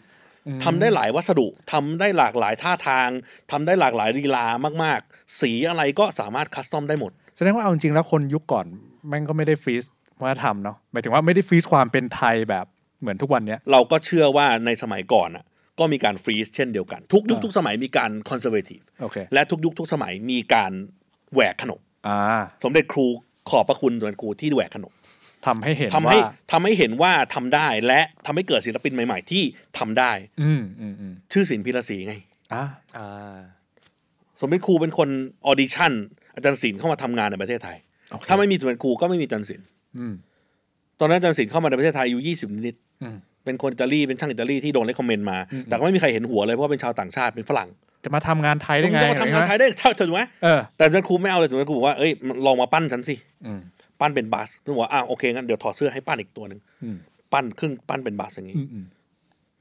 ทำได้หลายวัสดุทำได้หลากหลายท่าทางทำได้หลากหลายลีลามากๆ สีอะไรก็สามารถคัสตอมได้หมด
แสดงว่าเอาจริงๆแล้วคนยุคก่อนแม่งก็ไม่ได้ฟรีซวัฒนธรรมเนาะหมายถึงว่าไม่ได้ฟรีซความเป็นไทยแบบเหมือนทุกวันเนี้ย
เราก็เชื่อว่าในสมัยก่อนอะก็มีการฟรีซเช่นเดียวกัน ทุกยุคทุกสมัยมีการคอนเซอร์เวทีฟ
โอเค
และทุกยุคทุกสมัยมีการแหวกขนบ
อ่า
สมเด็จครูขอบพระคุณสมเด็จครูที่แหวกขนบ
ทำให้เห็น
ทำ
ว่า
ให้ทำให้เห็นว่าทำได้และทำให้เกิดศิลปินใหม่ ๆ ที่ทำได้
อืมอืมอืม
ชื่อศิลป์พิระศรีไง
อ่า
อ่า
สมเด็จครูเป็นคนออดิชั่น อาจารย์ศิลป์เข้ามาทำงานในประเทศไทย
โอเค
ถ้าไม่มีสมเด็จครูก็ไม่มีอาจารย์ศิลป์
อืม
ตอนนั้นอาจารย์ศิลป์เข้ามาในประเทศไทยอายุยี่สิบนิดๆ
อืม
เป็นคนอิตาลีเป็นช่างอิตาลีที่โดนเลคคอมเมนต์มา แต่ก็ไม่มีใครเห็นหัวเลยเพราะว่าเป็นชาวต่างชาติเป็นฝรั่ง
จะมาทำงานไทยได้ไง
จะมาทำงานไทยได้เท่าถูกไหม
เออ
แต่อาจารย์ครูไม่เอาเลยสมเด็จครูบอกว่าเอ้ยลองมาปั้นฉันสิ
อืม
ปั้นเป็นบัสนึกว่าอ้าวโอเคงั้นเดี๋ยวถอดเสื้อให้ปั้นอีกตัวหนึ่ง
อืม
ปั้นครึ่งปั้นเป็นบัสอย่างนี้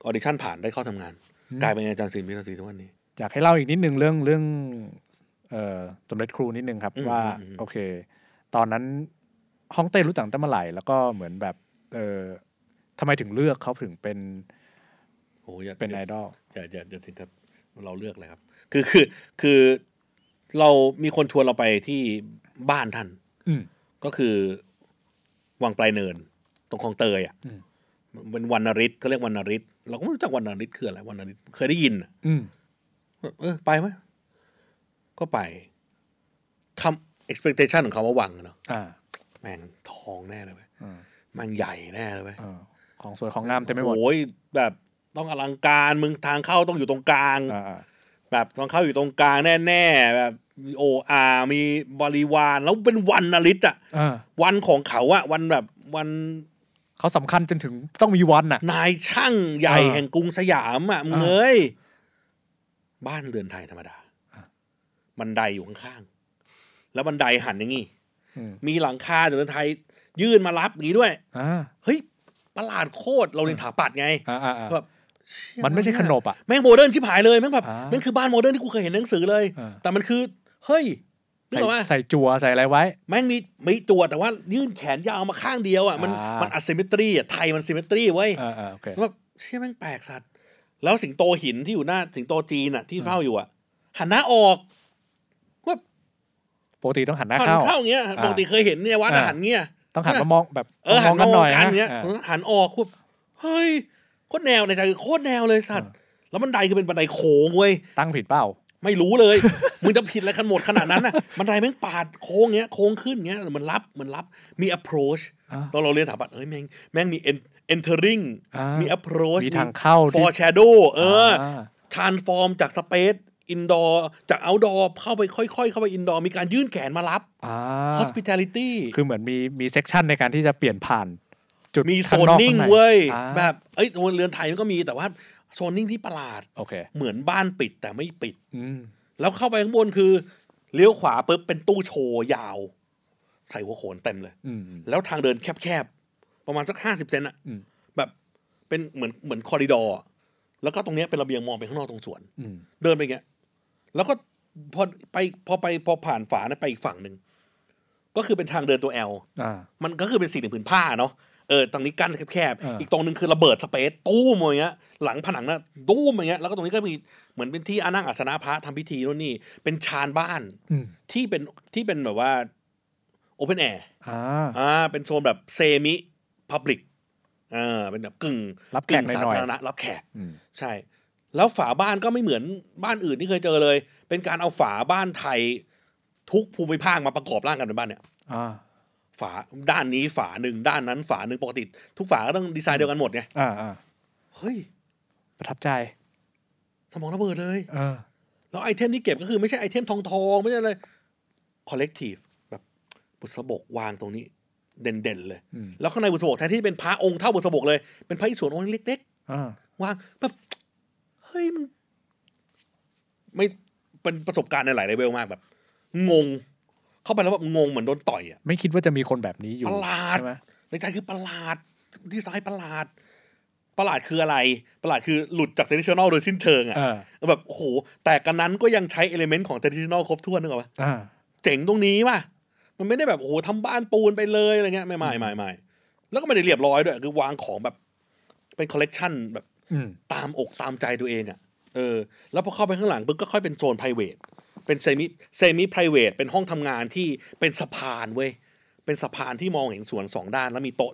ออดิชั่นผ่านได้เข้าทำงาน
อืม
กลายเป็นอาจารย์ศิลป์วิทยาศาสตร์ทุกวันนี้
อยากให้เล่าอีกนิดนึงเรื่องเรื่องเอ่อสมเด็จครูนิดนึงครับ
อืม
ว่า
อืมอืม
โอเค ตอนนั้นฮ่องเต้รู้จักตั้งแต่เมื่อไหร่แล้วก็เหมือนแบบเออทำไมถึงเลือกเขาถึงเป็น
โอ้ยอย่า
เป็นไอ
อย่า
ดอล
อย่าอย่าอย่าถึงครับเราเลือกเลยครับ คือคือคือเรามีคนชวนเราไปที่บ้านท่าน
อืม
ก็คือวังปลายเนิน ตรงคลองเตยอ่ะ
อืม
เป็นวรรณฤทธิ์เขาเรียกวรรณฤทธิ์เราก็ไม่รู้จักวรรณฤทธิ์คืออะไรวรรณฤทธิ์เคยได้ยินอะ
อืม
เออไปไหมก็ไปคำ expectation ของเขาว่าวังอะเนาะ
อ่า
แม่งทองแน่เลยเว้ย
อืม
แม่งใหญ่แน่เลยเว้ย
เออของสวยของงามเต็มไปหมด
โอ้ยแบบต้องอลังการมึงทางเข้าต้องอยู่ตรงกลาง
อ่าอ่า
แบบทางเข้าอยู่ตรงกลางแน่ๆแบบโออามีบริวารแล้วเป็นวันนาริตอะ
อ่า
วันของเขาอะวันแบบวัน
เขาสำคัญจนถึงต้องมีวันน่ะ
นายช่างใหญ่
อ่า
แห่งกรุงสยามอะมึง
อ่า
เอ้ยบ้านเรือนไทยธรรมดาบันไดอยู่ข้างๆแล้วบันไดหันอย่างงี้
อืม
มีหลังคาเรือนไทย ยื่นมารับอย่างงี้ด้วย
อ่า
เฮ้ยประหลาดโคตรเราเรียนถาปัดไง
อ่าอ่าอ่า
แบบ
มันไม่ใช่ขนบอ่ะ
แม่งโมเดิร์นชิบหายเลยแม่งแบบ
อ่า
แม่งคือบ้านโมเดิร์นที่กูเคยเห็นในหนังสือเลย
อ่า
แต่มันคือเฮ้ยนึก
ใส่
ออกว่า
ใส่จัวใส่อะไรไว้
แม่งมีมีตัวแต่ว่ายื่นแขนยาวมาข้างเดียวอ่ะมัน
อ่ามั
มันอ s ซิ m มตรีอ่ะไทยมันซิมตรีเว้ย
อ่าอ่าโอเค
แบบเชี่ยแม่งแปลกสัตว์แล้วสิงโตหินที่อยู่หน้าสิงโตจีนอ่ะที่เฝ้าอยู่อ่ะหันหน้าออกว่า
ปกติต้องหันหน้า
หัน
เข้า
เข้าอย่างเงี้ยปกติเคยเห็นเนี่ยวัด
อ่า
อะหันเงี้ย
ต้องหันมามองแบบ
เออหั
ม
น
อง
ม
กันหน่อ
มอง
ย
กันเงี้ย
ะ
เออหันออกแบบเฮ้ยโคตรแนวในใจคือโคตรแนวเลยสัตว์
อ่
แล้วบันไดคือเป็นบันไดโค้งเว้ย
ตั้งผิดเปล่า
ไม่รู้เลย มึงจะผิดอะไรกันหมดขนาดนั้นน่ะ บันไดแม่งปาดโค้งเงี้ย โค้งขึ้นเงี้ยเหมันรับเหมันรับ มี approach
อ่า
ตอนเราเรียนสถาปัตย์เอ้ยแม่งแม่งมี en- entering
อ่ามี
มี approach
มีทางเข้าที่
for shadow เออ
า
transform จาก space indoor จาก outdoor เข้าไปค่อยๆ เข้าไป indoor มีการยื่นแขนมารับ
อ่า
hospitality
คือเหมือนมีมีเซกชันในการที่จะเปลี่ยนผ่าน จุด
มีโซ
ข้าง
น
อก
นิ่ง
ข้าใ
เว้ย
อ่า
แบบเอ้ยโรงเรือนไทยมันก็มีแต่ว่าโซนนิ่งที่ประหลาด
โอเค
เหมือนบ้านปิดแต่ไม่ปิด
อืม
แล้วเข้าไปข้างบนคือเลี้ยวขวาปุ๊บเป็นตู้โชว์ยาว ใส่หัวโขนเต็มเลย
อืม
แล้วทางเดินแคบๆ ประมาณสักห้าสิบเซนอะ
อืม
แบบเป็นเหมือนเหมือนคอริดอร์อะแล้วก็ตรงเนี้ยเป็นระเบียงมองไปข้างนอกตรงสวน
อืม
เดินไปอย่างเงี้ย แล้วก็พอไปพอไปพอผ่านฝานะไปอีกฝั่งหนึ่ง ก็คือเป็นทางเดินตัวแอล
อ่า
มันก็คือเป็นสี่เหลี่ยมผืนผ้าเนาะ เออ ตรงนี้กั้นแคบ
เอออี
ๆอีกตรงนึงคือระเบิดสเปซตู้มอย่างเงี้ย หลังผนังน่ะตู้มอย่างเงี้ย แล้วก็ตรงนี้ก็มีเหมือนเป็นที่อานั่งอาสนะพระทำพิธีนู่นนี่ เป็นชานบ้าน
อืม
ที่เป็นที่เป็นแบบว่าโอเพนแอร์
อ่า
อ่า เป็นโซนแบบเซมิพับลิกอ่า เป็นแบบกึ่ง
รับแขก
ง
หน่อยๆ
สาธารณะรับแขก
อืม
ใช่ แล้วฝาบ้านก็ไม่เหมือนบ้านอื่นที่เคยเจอเลย เป็นการเอาฝาบ้านไทยทุกภูมิภาคมาประกอบร่างกันเป็นบ้านเนี่ย
อ่า
ฝาด้านนี้ฝาหนึ่งด้านนั้นฝาหนึ่งปกติ ทุกฝาก็ต้องดีไซน์เดียวกันหมดไง
อ่าอ่า
เฮ้ย
ประทับใจ
สมองระเบิดเลย
เออ
แล้วไอเทมที่เก็บก็คือไม่ใช่ไอเทมทองทองๆไม่ใช่เลย collective แบบบุษบกวางตรงนี้ เด่นๆเลย
อืม
แล้วข้างในบุษบกแทนที่เป็นพระองค์เท่าบุษบกเลย เป็นพระอิศวรองค์เล็ก
อ่า
ๆวางแบบเฮ้ยมัน ไม่เป็นประสบการณ์ในหลายเลเวลมากแบบ งง เข้าไปแล้วแบบงงเหมือนโดนต่อยอะ
ไม่คิดว่าจะมีคนแบบนี้อยู่
ประหลาด
ใช่ไหม
ในใจคือประหลาดดีไซน์ประหลาด ประหลาดคืออะไร ประหลาดคือหลุดจากเท d ิชัน a ลโดยสิ้นเชิง
เอ
อะ่ะ
อ
แบบโอ้โหแต่กันนั้นก็ยังใช้เอลิเมนต์ของเท d ิชัน a ลครบถ้วนนึกออกปะ
อ่า
เจ๋งตรงนี้ว่ะมันไม่ได้แบบโอ้โหทำบ้านปูนไปเลยอะไรเงี้ยไม่ไม่ไม่ไม่แล้วก็ไม่ได้เรียบร้อยด้วย คือวางของแบบเป็นคอลเลกชันแบบ
อืม
ตามอกตามใจตัวเองอะ่ะเออ แล้วพอเข้าไปข้างหลังปุ๊บก็ค่อยเป็นโซน p r i v a t เป็นเซมิเซมิ p r i v a t เป็นห้องทำงานที่เป็นสะพานเว้ยเป็นสะพานที่มองเห็นสวนสองด้าน แล้วมีโต๊ะ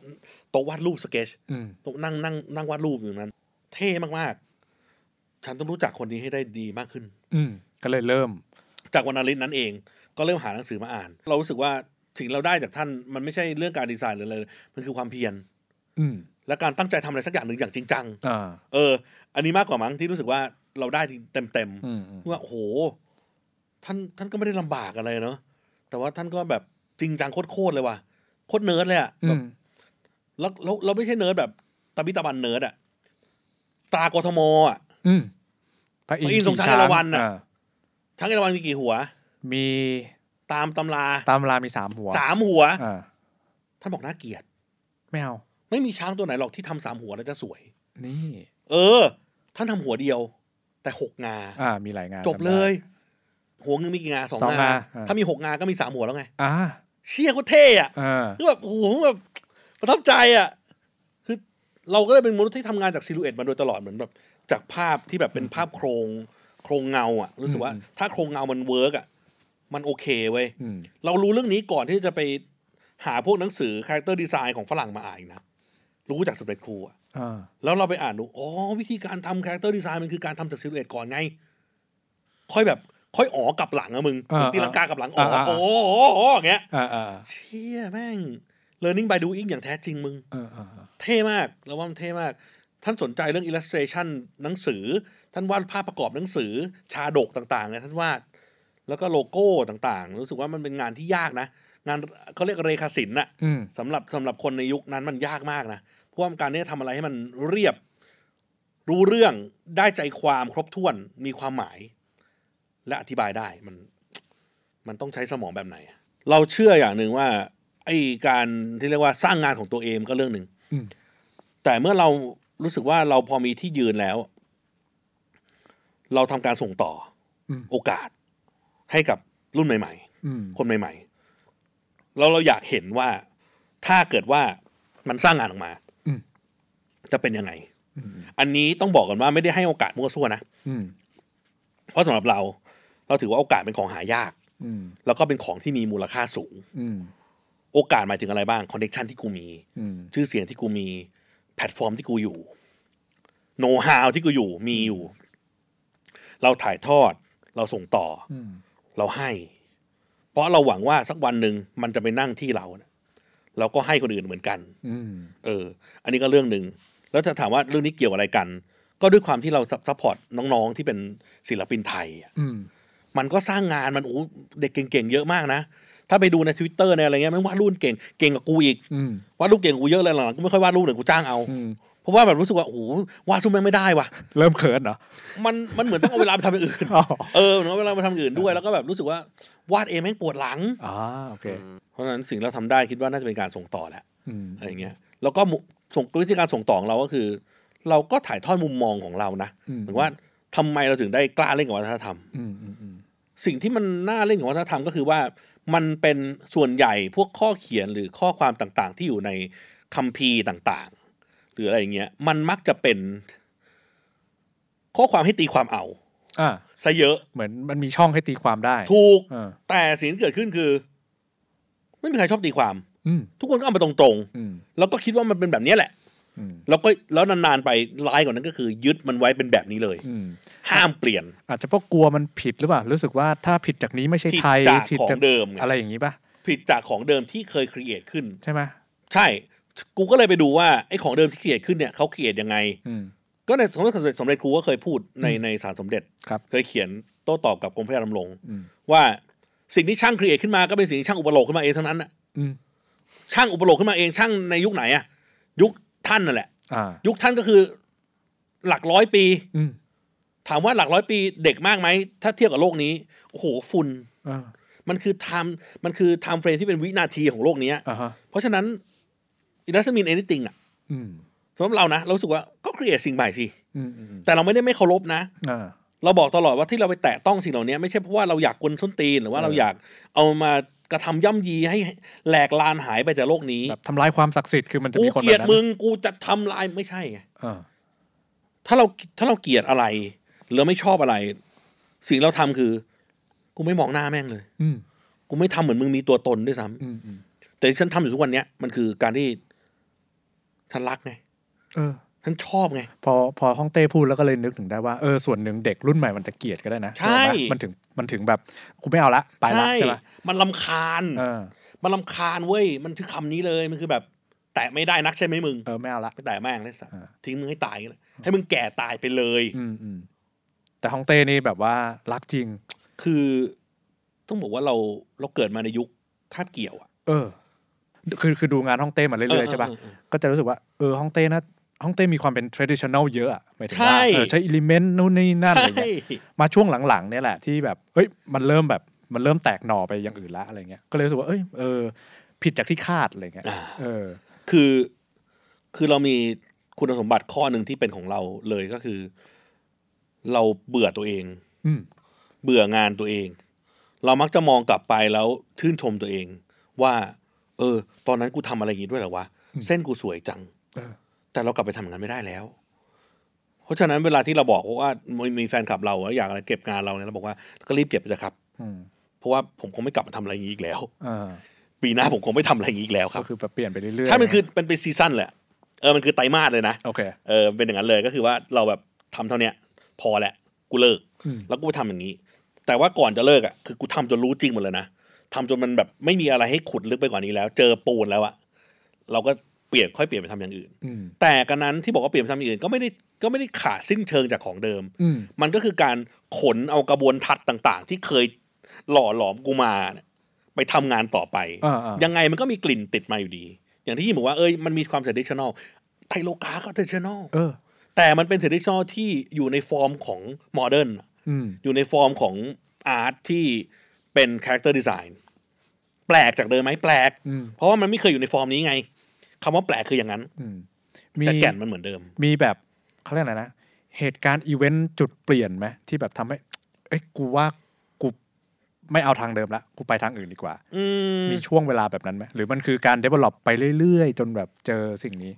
โต๊ะวาดรูปสเกจ
อืม
ต้องนั่งนั่งนั่งวาดรูปอยู่นั้น เท่มากๆ ฉันต้องรู้จักคนนี้ให้ได้ดีมากขึ้น
อืม ก็เลยเริ่ม
จากวรรณฤทธิ์นั้นเอง ก็เริ่มหาหนังสือมาอ่าน เรารู้สึกว่าสิ่งเราได้จากท่านมันไม่ใช่เรื่องการดีไซน์หรืออะไรเลยมันคือความเพียร
อืม
และการตั้งใจทำอะไรสักอย่างหนึ่งอย่างจริงจัง
อ่า
เออ อันนี้มากกว่ามั้งที่รู้สึกว่าเราได้เต็มเต็ม
อืมอืม
ๆว่าโอ้โห ท่านท่านก็ไม่ได้ลำบากอะไรเนาะแต่ว่าท่านก็แบบจริงจังโคตรๆเลยว่ะโคตรเนิร์ดเลยอะ
อื
แบบ
ม
แล้วเราเราไม่ใช่เนิร์ดแบบตะบิตะบันเนิร์ดอะตรากทมอะ
อืม พระอินท
พระอิน
ร์
ทร์ทรงช้างอรวรรณน่ะ
อ่า
ช้างเอราวัณมีกี่หัว
มี
ตามตำรา
ตามรามีสามหัว
สามหัว
อ่า
ท่านบอกน่าเกลียด
ไม่เอา
ไม่มีช้างตัวไหนหรอกที่ทำสามหัวแล้วจะสวย
นี่
เออ ท่านทำหัวเดียว แต่หกงา
อ่า มีหลายงาน
จบ
จำได้
เลย หัวหนึงมีกี่งาสอง
สอง
งาง
าอ่า
ถ้ามีหกงาก็มีสามหัวแล้วไง
อ่า
เชี่ยก็เท่อะ
อ่า
คือแบบโอ้โหแบบประทับใจอ่ะ คือเราก็เลยเป็นมนุษย์ที่ทำงานจากซิลูเอตมาโดยตลอดเหมือนแบบ จากภาพที่แบบเป็นภาพโครงโครงเงาอ่ะ รู้สึกว่า
อืม
ถ้าโครงเงามันเวิร์กอ่ะ มันโอเคเว้ย
อืม
เรารู้เรื่องนี้ก่อนที่จะไปหาพวกหนังสือคาแรคเตอร์ดีไซน์ของฝรั่งมาอ่านอีกนะ รู้จากสเปรดครูอ่ะ
อ่า
แล้วเราไปอ่านดู อ๋อ วิธีการทำคาแรคเตอร์ดีไซน์มันคือการทำจากซิลูเอตก่อนไง ค่อยแบบ ค่อยอ๋อกลับหลังอะมึง
อ่า
เหมือนตีลังกากลับหลังอ๋อ
อ่าอ่า
อ๋ออ๋ออ๋ออย่างเงี้ย
อ่าอ่า
เชี่ยแม่ง learning by doing อย่างแท้จริงมึง
อ่าอ่าอ่า
เท่มากแล้วว่ามันเท่มาก ท่านสนใจเรื่อง illustration หนังสือ ท่านวาดภาพประกอบหนังสือ ชาดกต่างๆเนี่ยท่านวาด แล้วก็โลโก้ต่างๆ รู้สึกว่ามันเป็นงานที่ยากนะ งานเขาเรียกเรขาศิลป์น่ะ
อืม
สำหรับสำหรับคนในยุคนั้นมันยากมากนะเพราะว่าการที่จะทำอะไรให้มันเรียบ รู้เรื่องได้ใจความครบถ้วนมีความหมาย และอธิบายได้มัน มันต้องใช้สมองแบบไหนอะเราเชื่ออย่างหนึ่งว่า ไอ้การที่เรียกว่าสร้างงานของตัวเองก็เรื่องหนึ่ง
อืม
แต่เมื่อเรารู้สึกว่าเราพอมีที่ยืนแล้ว เราทำการส่งต่ออโอกาส ให้กับรุ่นใหม่
อืม
ๆ คนใหม่ ๆ แล้วเราอยากเห็นว่าถ้าเกิดว่ามันสร้างงานออกมา
อืม
จะเป็นยังไง อันนี้ต้องบอกกันว่าไม่ได้ให้โอกาสมั่วซั่วนะ
อืม
เพราะสำหรับเรา เราถือว่าโอกาสเป็นของหายาก
อืม
แล้วก็เป็นของที่มีมูลค่าสูง
อืม
โอกาสหมายถึงอะไรบ้างคอนเน t ชันที่กูมี
อืม
ชื่อเสียงที่กูมี แพลตฟอร์มที่กูอยู่โน้ตฮาวที่กูอยู่มีอยู่ เราถ่ายทอด เราส่งต่ออ
ม
เราให้ เพราะเราหวังว่าสักวันหนึ่งมันจะไปนั่งที่เรานะเราก็ให้คนอื่นเหมือนกัน
อืม
เออ อันนี้ก็เรื่องหนึ่ง แล้วจะถามว่าเรื่องนี้เกี่ยวอะไรกัน ก็ด้วยความที่เราซัพพอร์ตน้องๆ ที่เป็นศิลปินไทยอะ
อืม
มันก็สร้างงานมันโอ้เด็กเก่งๆเยอะมากนะ ถ้าไปดูในทวิตเตอร์ในอะไรเงี้ยแมันวาดรูปเก่งเก่งกว่ากูอีก
อืม
วาดรูปเก่งกว่ากูเยอะเลยหลังๆกูไม่ค่อยวาดรูปเลยกูจ้างเอา
อืม
เพราะว่าแบบรู้สึกว่าโอ้โหวาดซุ่มแม่งไม่ได้ว่ะ
เริ่มเขินเหรอ
มันมันเหมือนต้องเอาเวลาไปทำอย่างอื่น
อ๋อ
เออเหมือนเอาเวลาไปทำอย่างอื่นด้วย แล้วก็แบบรู้สึกว่าวาดเองแม่งปวดหลัง
อ่าโอเค
เพราะฉะนั้นสิ่งเราทำได้คิดว่าน่าจะเป็นการส่งต่อแหละ
อืม
อะไรเงี้ยแล้วก็มุส่งวิธีการส่งต่อของเราก็คือ เราก็ถ่ายทอดมุมมองของเรานะ
อืม
ถึงว่าทำไมเราถึงได้กล้าเล่นกับวัฒนธรรม
อืมอืมอืม
สิ่งที่มันน่าเล่นของวัฒนธรรมก็คือว่ามันเป็นส่วนใหญ่พวกข้อเขียนหรือข้อความต่างๆ ที่อยู่ในคัมภีร์ต่างๆ หรืออะไรอย่างเงี้ยมันมักจะเป็น ข้อความให้ตีความเอา
อ่า
ซะเยอะ
เหมือนมันมีช่องให้ตีความได้
ถูก
อ่า
แต่สิ่งที่เกิดขึ้นคือ ไม่มีใครชอบตีความ
อืม
ทุกคนก็เอามาตรง
อืม
ๆ แล้วก็คิดว่ามันเป็นแบบเนี้ยแหละ
อืม
แล้วก็แล้วนานๆไปร้ายกว่านั้นก็คือ ยึดมันไว้เป็นแบบนี้เลย
อืม
ห้ามเปลี่ยน
อาจจะเพราะกลัวมันผิดหรือเปล่า รู้สึกว่าถ้าผิดจากนี้ไม่ใช่ไทย
ผิดจากของเดิมไง
อะไรอย่างนี้ป่ะ
ผิดจากของเดิมที่เคยครีเอทขึ้น
ใช่ไหม
ใช่ กูก็เลยไปดูว่าไอ้ของเดิมที่เขียนขึ้นเนี่ยเขาเขียนยังไง
อืม
ก็ในสมเด็จสมเด็จสมเด็จครูก็เคยพูดในในสารสมเด็จ
ครับ
เคยเขียนโต้ตอบกับกรมพระยาดำรง
อืม
ว่าสิ่งที่ช่างครีเอทขึ้นมาก็เป็นสิ่งที่ช่างอุปโลกขึ้นมาเองทั้งนั้นน่ะ
อืม
ช่างอุปโลกขึ้นมาเองช่างในยุคไหนอะยุคท่านนั่นแหละ
อ่า
ยุคท่านก็คือหลักร้อยปี
อืม
ถามว่าหลักร้อยปีเด็กมากไหมถ้าเทียบกับโลกนี้โอ้โหฝุ่น
อ่า
มันคือไทม์มันคือไทม์เฟรมที่เป็นวินาทีของโลกเนี้ย
อ่าฮะ
เพราะฉะนั้นอินัสมินเอนิติงอะ
อืม
สำหรับเรานะเรารู้สึกว่าก็ครีเอทสิ่งใหม่สิ
อืมอืมอืม
แต่เราไม่ได้ไม่เคารพนะ
อ่า
เราบอกตลอดว่าที่เราไปแตะต้องสิ่งเหล่านี้ไม่ใช่เพราะว่าเราอยากกวนส้นตีน หรือว่า
เออ
เราอยากเอามากระทำย่ำยีให้แหลกลานหายไปจากโลกนี้
แบบทำลายความศักดิ์สิทธิ์คือมันจะ
กู
มีคน
เกลียด
แบบ
มึ
นั้น
งกูจะทำลายไม่ใช่ไง
อ่า
ถ้าเราถ้าเราเกลียดอะไร หรือไม่ชอบอะไร สิ่งเราทำคือ กูไม่มองหน้าแม่งเลย
อืม
กูไม่ทำเหมือนมึงมีตัวตนด้วยซ้ำ
อืมอืม
แต่ที่ฉันทำอยู่ทุกวันเนี้ยมันคือการที่ฉันรักไง
เออ
ฉันชอบไง
พอพอฮ่องเต้พูดแล้วก็เลยนึกถึงได้ว่าเออส่วนหนึ่งเด็กรุ่นใหม่มันจะเกลียดก็ได้นะ
ใช่
ถูกปะมันถึงมันถึงแบบกูไม่เอาละไปละใช่ไหม
มันลำคาญ
เออ
มันลำคาญเว้ย มันคือคำนี้เลย มันคือแบบ แตะไม่ได้นักใช่ไหมมึง
เออไม่เอาละ
ไม่แตะแม่งเลยสัตว์
อ่า
ทิ้งมึงให้ตายเลยให้มึงแก่ตายไปเลย
อืมอืมแต่ฮ่องเต้นี่แบบว่ารักจริง
คือ ต้องบอกว่าเราเราเกิดมาในยุคคาบเกี่ยวอะ
เออ คือคือดูงานฮ่องเต้มาเรื่
เอ
อ
อย
ๆใช่ปะ
เออเออเออ
ก็จะรู้สึกว่าเออฮ่องเต้นะฮ่องเต้มีความเป็น traditional เยอะอะหมายถึง
ใช่
ว่าเออใช้อิเลเมนต์นู่นนี่นั่นอะไร
ใช่
เงี้ยมาช่วงหลังๆเนี่ยแหละที่แบบเอ้ยมันเริ่มแบบมันเริ่มแตกหน่อไปอย่างอื่นละอะไรเงี้ยก็เลยรู้สึกว่าเอ้ยเออ ผิดจากที่คาดอะไรเงี้ย
อ่า
เออ
คือคือเรามีคุณสมบัติข้อหนึ่งที่เป็นของเราเลยก็คือ เราเบื่อตัวเอง
อืม
เบื่องานตัวเอง เรามักจะมองกลับไปแล้วชื่นชมตัวเอง ว่า เออ ตอนนั้นกูทำอะไรอย่างนี้ด้วยเหรอวะเส้นกูสวยจัง
เออ
แต่เรากลับไปทำงานไม่ได้แล้ว เพราะฉะนั้นเวลาที่เราบอกว่ามีมีแฟนคลับเราแล้วอยากอะไรเก็บงานเราเนี่ยเราบอกว่าก็รีบเก็บไปเถอะครับ
อืม
เพราะว่าผมคงไม่กลับมาทำอะไรอย่างนี้อีกแล้ว
อ่า
ปีหน้าผมคงไม่ทำอะไรอย่างนี้อีกแล้วค
ก็
รับ
คือแบบเปลี่ยนไปเรื่อยๆ
ถ้ามันคือมันเป็นซีซั่นแหละเออมันคือไตรมาสเลยนะ
โอเค
เออเป็นอย่างนั้นเลยก็คือว่าเราแบบทำเท่าเนี้ย พอแหละ กูเลิก
อืม
แล้วกูไปทำอย่างนี้ แต่ว่าก่อนจะเลิกอ่ะคือกูทำจนรู้จริงหมดเลยนะทำจนมันแบบไม่มีอะไรให้ขุดลึกไปกว่านี้แล้ว เจอปูนแล้วอะเราก็เปลี่ยนค่อยเปลี่ยนไปทำอย่างอื่น
อืม
แต่กันนั้นที่บอกว่าเปลี่ยนไปทำอย่างอื่นก็ไม่ได้ก็ไม่ได้ขาดสิ้นเชิงจากของเดิม
อืม
มันก็คือการขนเอากระบวนทัศน์ต่าง ๆ ที่เคยหล่อหลอมกูมาเนี่ยไปทำงานต่อไป
อ่าอ่า
ยังไงมันก็มีกลิ่นติดมาอยู่ดี อย่างที่ยี่บอกว่าเอ้ยมันมีความเทดิชันอลไทโลกาก็เทดิชันอล
เออ
แต่มันเป็นเทดิชันอลที่อยู่ในฟอร์มของโมเดิร์น
อืม
อยู่ในฟอร์มของอาร์ตที่เป็นคาแรคเตอร์ดีไซน์แปลกจากเดิมไหมแปลก
อืม
เพราะว่ามันไม่เคยอยู่ในฟอร์มนี้ไงคำว่าแปลกคืออย่างนั้น
อืม
แต่แก่นมันเหมือนเดิม
มีแบบเขาเรียกอะไรนะ เหตุการณ์อีเวนต์จุดเปลี่ยนไหมที่แบบทำให้ เอ้ยกูว่ากูไม่เอาทางเดิมละกูไปทางอื่นดีกว่า
อืม
มีช่วงเวลาแบบนั้นไหมหรือมันคือการเดเวล็อปไปเรื่อยๆ จนแบบเจอสิ่งนี้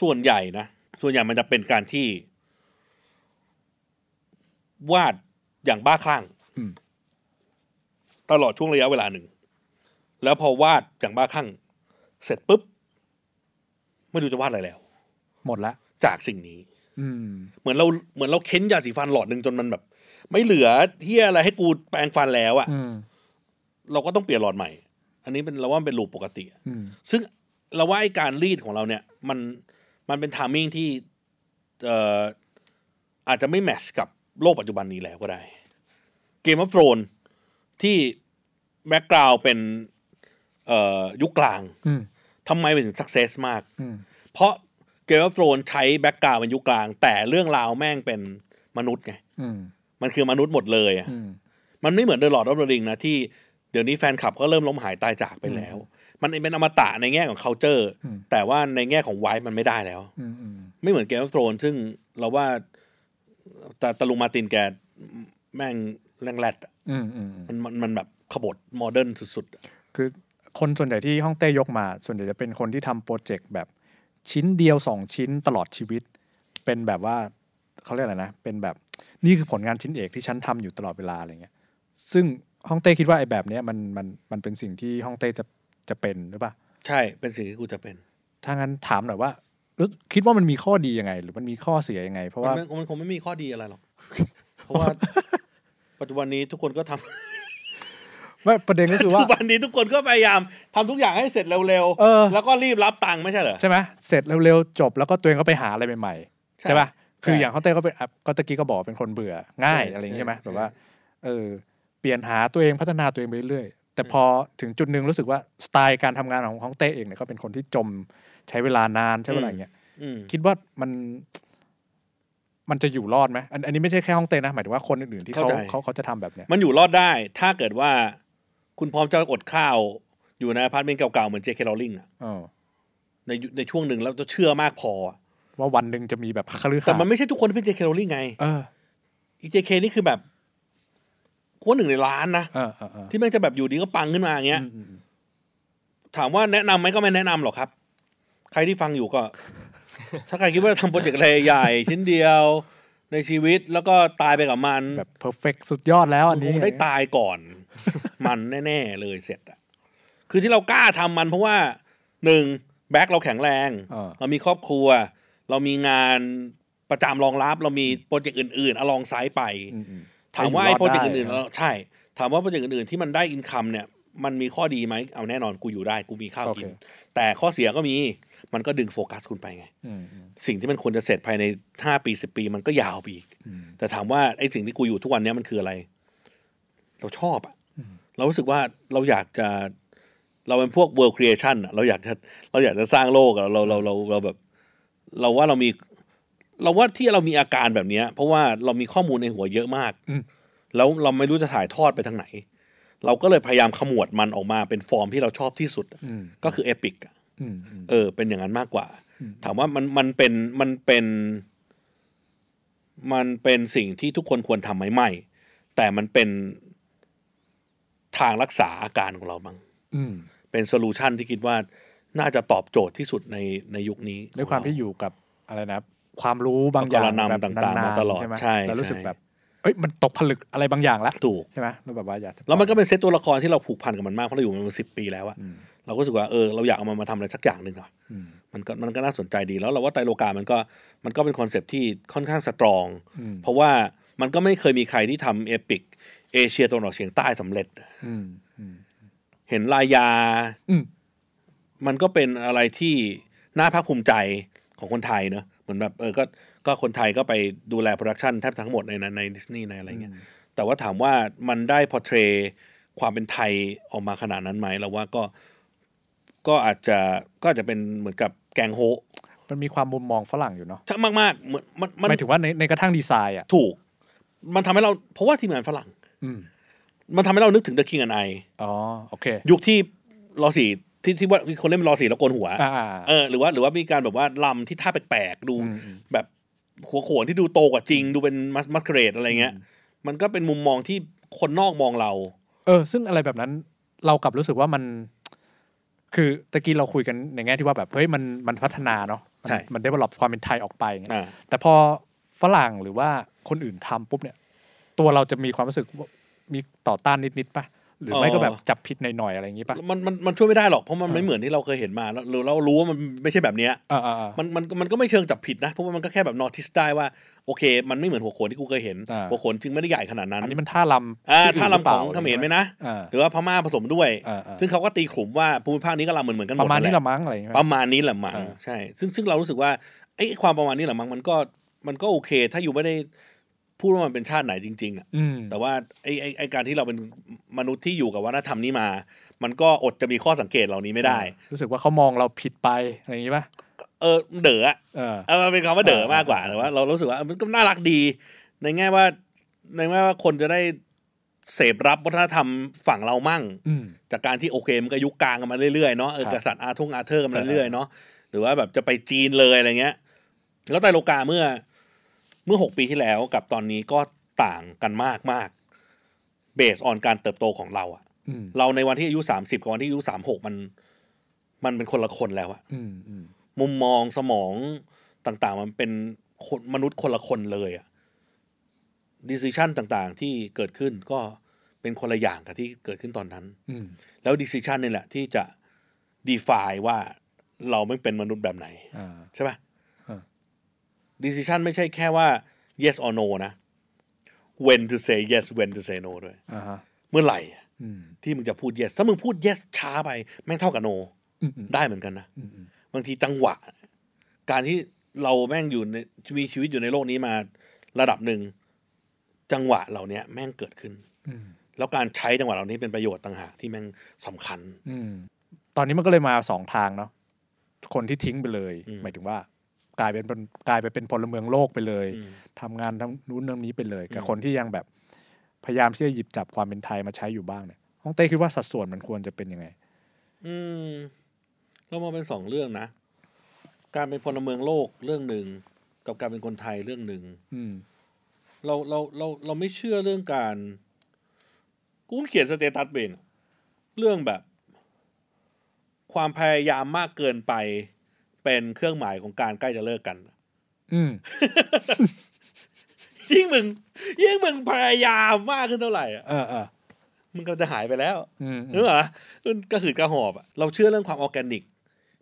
ส่วนใหญ่นะ ส่วนใหญ่มันจะเป็นการที่ วาดอย่างบ้าคลั่ง
อืม
ตลอดช่วงระยะเวลาหนึ่ง แล้วพอวาดอย่างบ้าคลั่ง เสร็จปุ๊บไม่รู้จะวาดอะไรแล้ว
หมดละ
จากสิ่งนี้
อืม
เหมือนเราเหมือนเราเค้นยาสีฟันหลอดหนึ่งจนมันแบบ ไม่เหลือเที่ยอะไรให้กูแปรงฟันแล้วอะ
อืม
เราก็ต้องเปลี่ยนหลอดใหม่ อันนี้เป็นเราว่ามันเป็นรูปปกติ
อืม
ซึ่งเราว่าไอ้การรีดของเราเนี่ย มันมันเป็นทามมิ่งที่เอ่ออาจจะไม่แมทช์กับโลกปัจจุบันนี้แล้วก็ได้ เกม o อ t โ r o นที่แบ็กกราวเป็นเอ่อยุคกลาง
อืม
ทำไมมันถึงสักเซสมาก
อืม
เพราะเกม o อ t โ r o นใช้แบ็กกราวเป็นยุคกลาง แต่เรื่องราวแม่งเป็นมนุษย์ไง
อืม
มันคือมนุษย์หมดเลยอะ
อืม
มันไม่เหมือนเดอะลอร์ดออฟเดอะริงนะที่เดี๋ยวนี้แฟนคลับก็เริ่มล้มหายตายจากไปแล้ว มันเป็นอมตะในแง่ของ c u เจอร์
อืม
แต่ว่าในแง่ของไวท์มันไม่ได้แล้ว
อืมอืม
ไม่เหมือนเกม o อ t โ r o นซึ่งเราว่าแต่ตะลุงมาตินแกแม่งแรงแรดอะ
อืมอืมอืม
มันมันมันแบบขบฏโมเดิร์นสุดๆอะ
คือคนส่วนใหญ่ที่ห้องเต้ยกมา ส่วนใหญ่จะเป็นคนที่ทำโปรเจกต์แบบชิ้นเดียวสองชิ้นตลอดชีวิต เป็นแบบว่าเขาเรียกอะไรนะ เป็นแบบนี่คือผลงานชิ้นเอกที่ฉันทำอยู่ตลอดเวลาอะไรเงี้ย ซึ่งห้องเต้คิดว่าไอ้แบบเนี้ยมันมันมันเป็นสิ่งที่ห้องเต้จะจะเป็นหรือเปล่า
ใช่เป็นสิ่งที่กูจะเป็น
ถ้างั้นถามหน่อยว่ารู้คิดว่ามันมีข้อดียังไง หรือมันมีข้อเสียยังไง เพราะ
มัน
ว่า
ไม่มันคงไม่มีข้อดีอะไรหรอก เพราะว่า ปัจจุบันนี้ทุกคนก็ทำ
ไม่ประเด็นก็ คือ
ปัจ
ว่า
จุบันนี้ทุกคนก็พยายามทำทุกอย่างให้เสร็จเร็ว
เออ
แล้วก็รีบรับตังค์ไม่ใช่เหรอ
ใช่ไหมเสร็จเร็วๆจบแล้วก็ตัวเองก็ไปหาอะไรใหม่ๆ
ใช่
ใช่ป่ะคือ
ใช่
อย่างเขาเต้ก็เป็นอ่ะก็ตะกี้ก็บอกว่าเป็นคนเบื่อง่าย
ใช่
อะไรอย่าง
ใช่
งี้ใช่ไหม
ใช่
แบบว่าเออเปลี่ยนหาตัวเองพัฒนาตัวเองไปเรื่อยๆแต่พอถึงจุดหนึ่งรู้สึกว่าสไตล์การทำงานของของเต้เองเนี่ยก็เป็นคนที่จมใช้เวลานานใช้เวลาอย่างเงี้ย
อืม
คิดว่ามัน มันจะอยู่รอดไหมอันอันนี้ไม่ใช่แค่ห้องเต้นะหมายถึงว่าคนอื่นๆที่เขา
เข้าใจ
เขาเขาจะทำแบบเนี้ย
มันอยู่รอดได้ ถ้าเกิดว่าคุณพร้อมจะอดข้าวอยู่ในอพาร์ตเมนต์เก่าๆ เหมือนเจค l รลลิง
เออ
ในยุในช่วงหนึ่งแล้วจะเชื่อมากพออะ
ว่าวันหนึ่งจะมีแบบคฤหาสน์
แต่มันไม่ใช่ทุกคนที่เป็นเจค l รลลิงไง
เออ
อีเจคนี่คือแบบกว่าหนึ่งในล้านนะ
เออเออเออ
ที่แม่งจะแบบอยู่ดีก็ปังขึ้นมาอย่างเงี้ย
อืมอืมอืม
ถามว่าแนะนำไหมก็ไม่แนะนำหรอกครับ ใครที่ฟังอยู่ก็ ถ้าใครคิดว่าจะทำโปรเจกต์อะไรใหญ่ชิ้นเดียว ในชีวิตแล้วก็ตายไปกับมัน
แบบเพอร์เฟกสุดยอดแล้วอัน
มัน
นี้
คงได้ตายก่อน มันแน่ ๆ เลยเสร็จอะคือที่เรากล้าทำมันเพราะว่าหนึ่งแบ็คเราแข็งแรง
อ่า
เรามีครอบครัว เรามีงานประจำรองรับ เรามีโปรเจกต์อื่นๆอะลองไซส์ไป
อืมอืม
ถามว่าไอ้โปรเจกต์
ให้อยู่
อื่นๆ
รอดได้
เราใช่ ถามว่าโปรเจกต์อื่นๆที่มันได้อินคัมเนี่ย มันมีข้อดีไหมเอาแน่นอนกูอยู่ได้กูมีข้าวกิน แต่ข้อเสียก็มีมันก็ดึงโฟกัสคุณไปไง
อืมอืม
สิ่งที่มันควรจะเสร็จภายในห้าปีสิบปีมันก็ยาวไปอีก
อืม
แต่ถามว่าไอ้สิ่งที่กูอยู่ทุกวันเนี้ยมันคืออะไร เราชอบอะเรารู้สึกว่าเราอยากจะเราเป็นพวก world creation อะเราอยากจะเราอยากจะสร้างโลกอะเราเราเราเราแบบ เราว่าเรามี เราว่าที่เรามีอาการแบบเนี้ย เพราะว่าเรามีข้อมูลในหัวเยอะมาก
อืม
แล้วเราไม่รู้จะถ่ายทอดไปทางไหน เราก็เลยพยายามขมวดมันออกมาเป็นฟอร์มที่เราชอบที่สุด
อืม
ก็คือเอปิก
อืมอืม
เออ เป็นอย่างนั้นมากกว่า ถามว่ามันมันเป็นมันเป็น มันเป็นสิ่งที่ทุกคนควรทำไหมไม่ แต่มันเป็นทางรักษาอาการของเราบ้าง
อืม
เป็นโซลูชันที่คิดว่าน่าจะตอบโจทย์ที่สุดในในยุคนี้
ด้วยความที่อยู่กับอะไรนะ ความรู้บางอย่าง
กับกรณำ
แบบ
ต่างๆ
น
มานตลอด
ใช่ไหม
ใช่
แล้วรู้สึก
ใช่
แบบเอ้ยมันตกผลึกอะไรบางอย่างละ
ถูก
ใช่ไหมแล้วแบบว่าอยากจะ
แล้วมันก็เป็นเซตตัวละครที่เราผูกพันกับมันมากเพราะเราอยู่มันมาสิบปีแล้วอะเราก็รู้สึกว่าเออเราอยากเอามันมาทำอะไรสักอย่างหนึ่งหน่อย
อืม
มันก็มันก็น่าสนใจดีแล้วเราว่าไตรโลกามันก็มันก็เป็นคอนเซปต์ที่ค่อนข้างสตรอง
อืม
เพราะว่ามันก็ไม่เคยมีใครที่ทำเอพิกเอเชียตะวันออกเฉียงใต้สำเร็จ
อืมอืม
เห็นลายยา
อืม
มันก็เป็นอะไรที่น่าภาคภูมิใจของคนไทยเนอะเหมือนแบบเออก็ก็คนไทยก็ไปดูแลโปรดักชันแทบทั้งหมดในนั้นในดิสนีย์ในอะไรเงี้ยแต่ว่าถามว่ามันได้พอเทรความเป็นไทยออกมาขนาดนั้นไหมเราว่าก็ก็อาจจะก็อาจจะเป็นเหมือนกับแกงโฮะ
มันมีความมุมมองฝรั่งอยู่เนาะ
ถ้ามาก ๆ เหมือนมันมัน
หมายถึงว่าในในกระทั่งดีไซน์อ่ะ
ถูก มันทำให้เราเพราะว่าทีมงานฝรั่ง
อืม
มันทำให้เรานึกถึง The King and I
อ๋อ โอเค
ยุคที่รอสี่ที่ที่ว่ามีคนเล่นเป็นรอสี่แล้วโกนหัว
อ่า
เออหรือว่าหรือว่ามีการแบบว่าลำที่ท่าแปลกๆ ดู
อืมอืม
แบบหัวโขนที่ดูโตกว่าจริง ดูเป็นมัสมัสเกรดอะไรเงี้ย มันก็เป็นมุมมองที่คนนอกมองเรา
เออ ซึ่งอะไรแบบนั้นเรากลับรู้สึกว่ามัน คือตะกี้เราคุยกันในแง่ที่ว่าแบบ เฮ้ย มันมันพัฒนาเนาะ มัน
ใช่
มันได้ปรับความเป็นไทยออกไปอย่างเงี้ย
อ่า
แต่พอฝรั่งหรือว่าคนอื่นทำปุ๊บเนี่ย ตัวเราจะมีความรู้สึกว่ามีต่อต้านนิดๆป่ะ หรือไม่ก็แบบจับผิดหน่อยๆอะไรอย่างงี้ป่ะ
มันมันมันช่วยไม่ได้หรอกเพราะมันไม่เหมือนที่เราเคยเห็นมาแล้วเราเรารู้ว่ามันไม่ใช่แบบเนี้ย
อ่าอ่าอ่า
มันมันมันก็ไม่เชิงจับผิดนะเพราะว่ามันก็แค่แบบนอทิสได้ว่าโอเค มันไม่เหมือนหัวโขนที่กูเคยเห็น
อ่า
หัวโขนจึงไม่ได้ใหญ่ขนาดนั้น
อันนี้มันท่าลำ
อ่า
ที่
ถ้า
หรื
ลำของ
ปล่า
เขมรไหมนะ
อ่า
หรือว่าพม่าผสมด้วย
อ่าอ่า
ซึ่งเขาก็ตีขลุมว่าภูมิภาคนี้ก็ลำเหมือนเหมือนๆกันหม
ป
ด
ระมาณ
นั่นแห
นี้ละ
ละ
มั้งอะไรอย่างเงี้ย
ประมาณนี้แหละมั้ง
อ่า
ใช่ ซึ่งซึ่งเรารู้สึกว่าไอ้ความประมาณนี้แหละมั้งมันก็มันก็โอเค ถ้าอยู่ไม่ได้พูดว่ามันเป็นชาติไหนจริง ๆอ่ะ
อืม
แต่ว่าไอ้ไอ้ไอ้การที่เราเป็นมนุษย์ที่อยู่กับวัฒนธรรมนี้มา มันก็อดจะมีข้อสังเกตเหล่านี้ไม่ได้
รู้สึกว่าเขามองเราผิดไปอะไรอย่างงี้ป่ะ
เออเด๋ออะ
เออ
เออมันเป็นคำว่าเด๋อมากกว่าแต่ว่าเรารู้สึกว่ามันก็น่ารักดี ในแง่ว่าในแง่ว่าคนจะได้เสพรับวัฒนธรรมฝั่งเรามั่ง
อืม
จากการที่โอเคมันก็ยุคกลางกันมาเรื่อยๆเนาะเออ
ครับ
กษัตริย์อาทงอาเธอร์กันมาเรื่อยๆเนาะหรือว่าแบบจะไปจีนเลยอะไรเงี้ย แล้วไตรโลกาเมื่อ เมื่อหกปีที่แล้วกับตอนนี้ก็ต่างกันมากมากเบสออนการเติบโตของเราอะ
อืม
เราในวันที่อายุสามสิบกับวันที่อายุสามหกมัน มันเป็นคนละคนแล้วอะ
อืมอืม
มุมมองสมองต่างๆ มันเป็นคนมนุษย์คนละคนเลยอะดิส i ชันต่างๆ ที่เกิดขึ้นก็เป็นคนละอย่างกับที่เกิดขึ้นตอนนั้น
อืม
แล้ว decision นี่แหละที่จะ define ว่าเราไม่เป็นมนุษย์แบบไหน
อ่า
ใช่ป่ะ
อ่า
decision ไม่ใช่แค่ว่า yes or no นะ when to say yes when to say no ด้วย
อ่าฮะ
เมื่อไหร่
อืม
ที่มึงจะพูด yes ถ้ามึงพูด yes ช้าไป แม่งเท่ากับ no
อืมอืม
ได้เหมือนกันนะ
อืมอืม
บางทีจังหวะ การที่เราแม่งอยู่ในมีชีวิตอยู่ในโลกนี้มาระดับหนึ่ง จังหวะเหล่าเนี้ยแม่งเกิดขึ้น
อืม
แล้วการใช้จังหวะเหล่านี้เป็นประโยชน์ต่างหากที่แม่งสำคัญ
อืมตอนนี้มันก็เลยมาสองทางเนาะคนที่ทิ้งไปเลย
อืม
หมายถึงว่า กลายเป็นเป็นกลายไปเป็นพลเมืองโลกไปเลย
อืม
ทำงานทำนู้นทำนี้ไปเลย กับ
อืม
คนที่ยังแบบพยายามที่จะหยิบจับความเป็นไทยมาใช้อยู่บ้างเนี่ยฮ่องเต้คิดว่าสัดส่วนมันควรจะเป็นยังไง
อืมเรามองเป็นสองเรื่องนะ การเป็นพลเมืองโลกเรื่องหนึ่ง กับการเป็นคนไทยเรื่องหนึ่ง
อืม
เราเราเราเราไม่เชื่อเรื่องการกูเขียนสเตตัสเบนอะเรื่องแบบ ความพยายามมากเกินไปเป็นเครื่องหมายของการใกล้จะเลิก กัน
อืม
ยิ่งมึง ยิ่งมึงพยายามมากขึ้นเท่าไหร่อะ
เออเออ
มึงก็จะหายไปแล้ว
อืมอื
นึก
ม
ออกปะมันก็หืดกระหอบอะเราเชื่อเรื่องความออร์แกนิก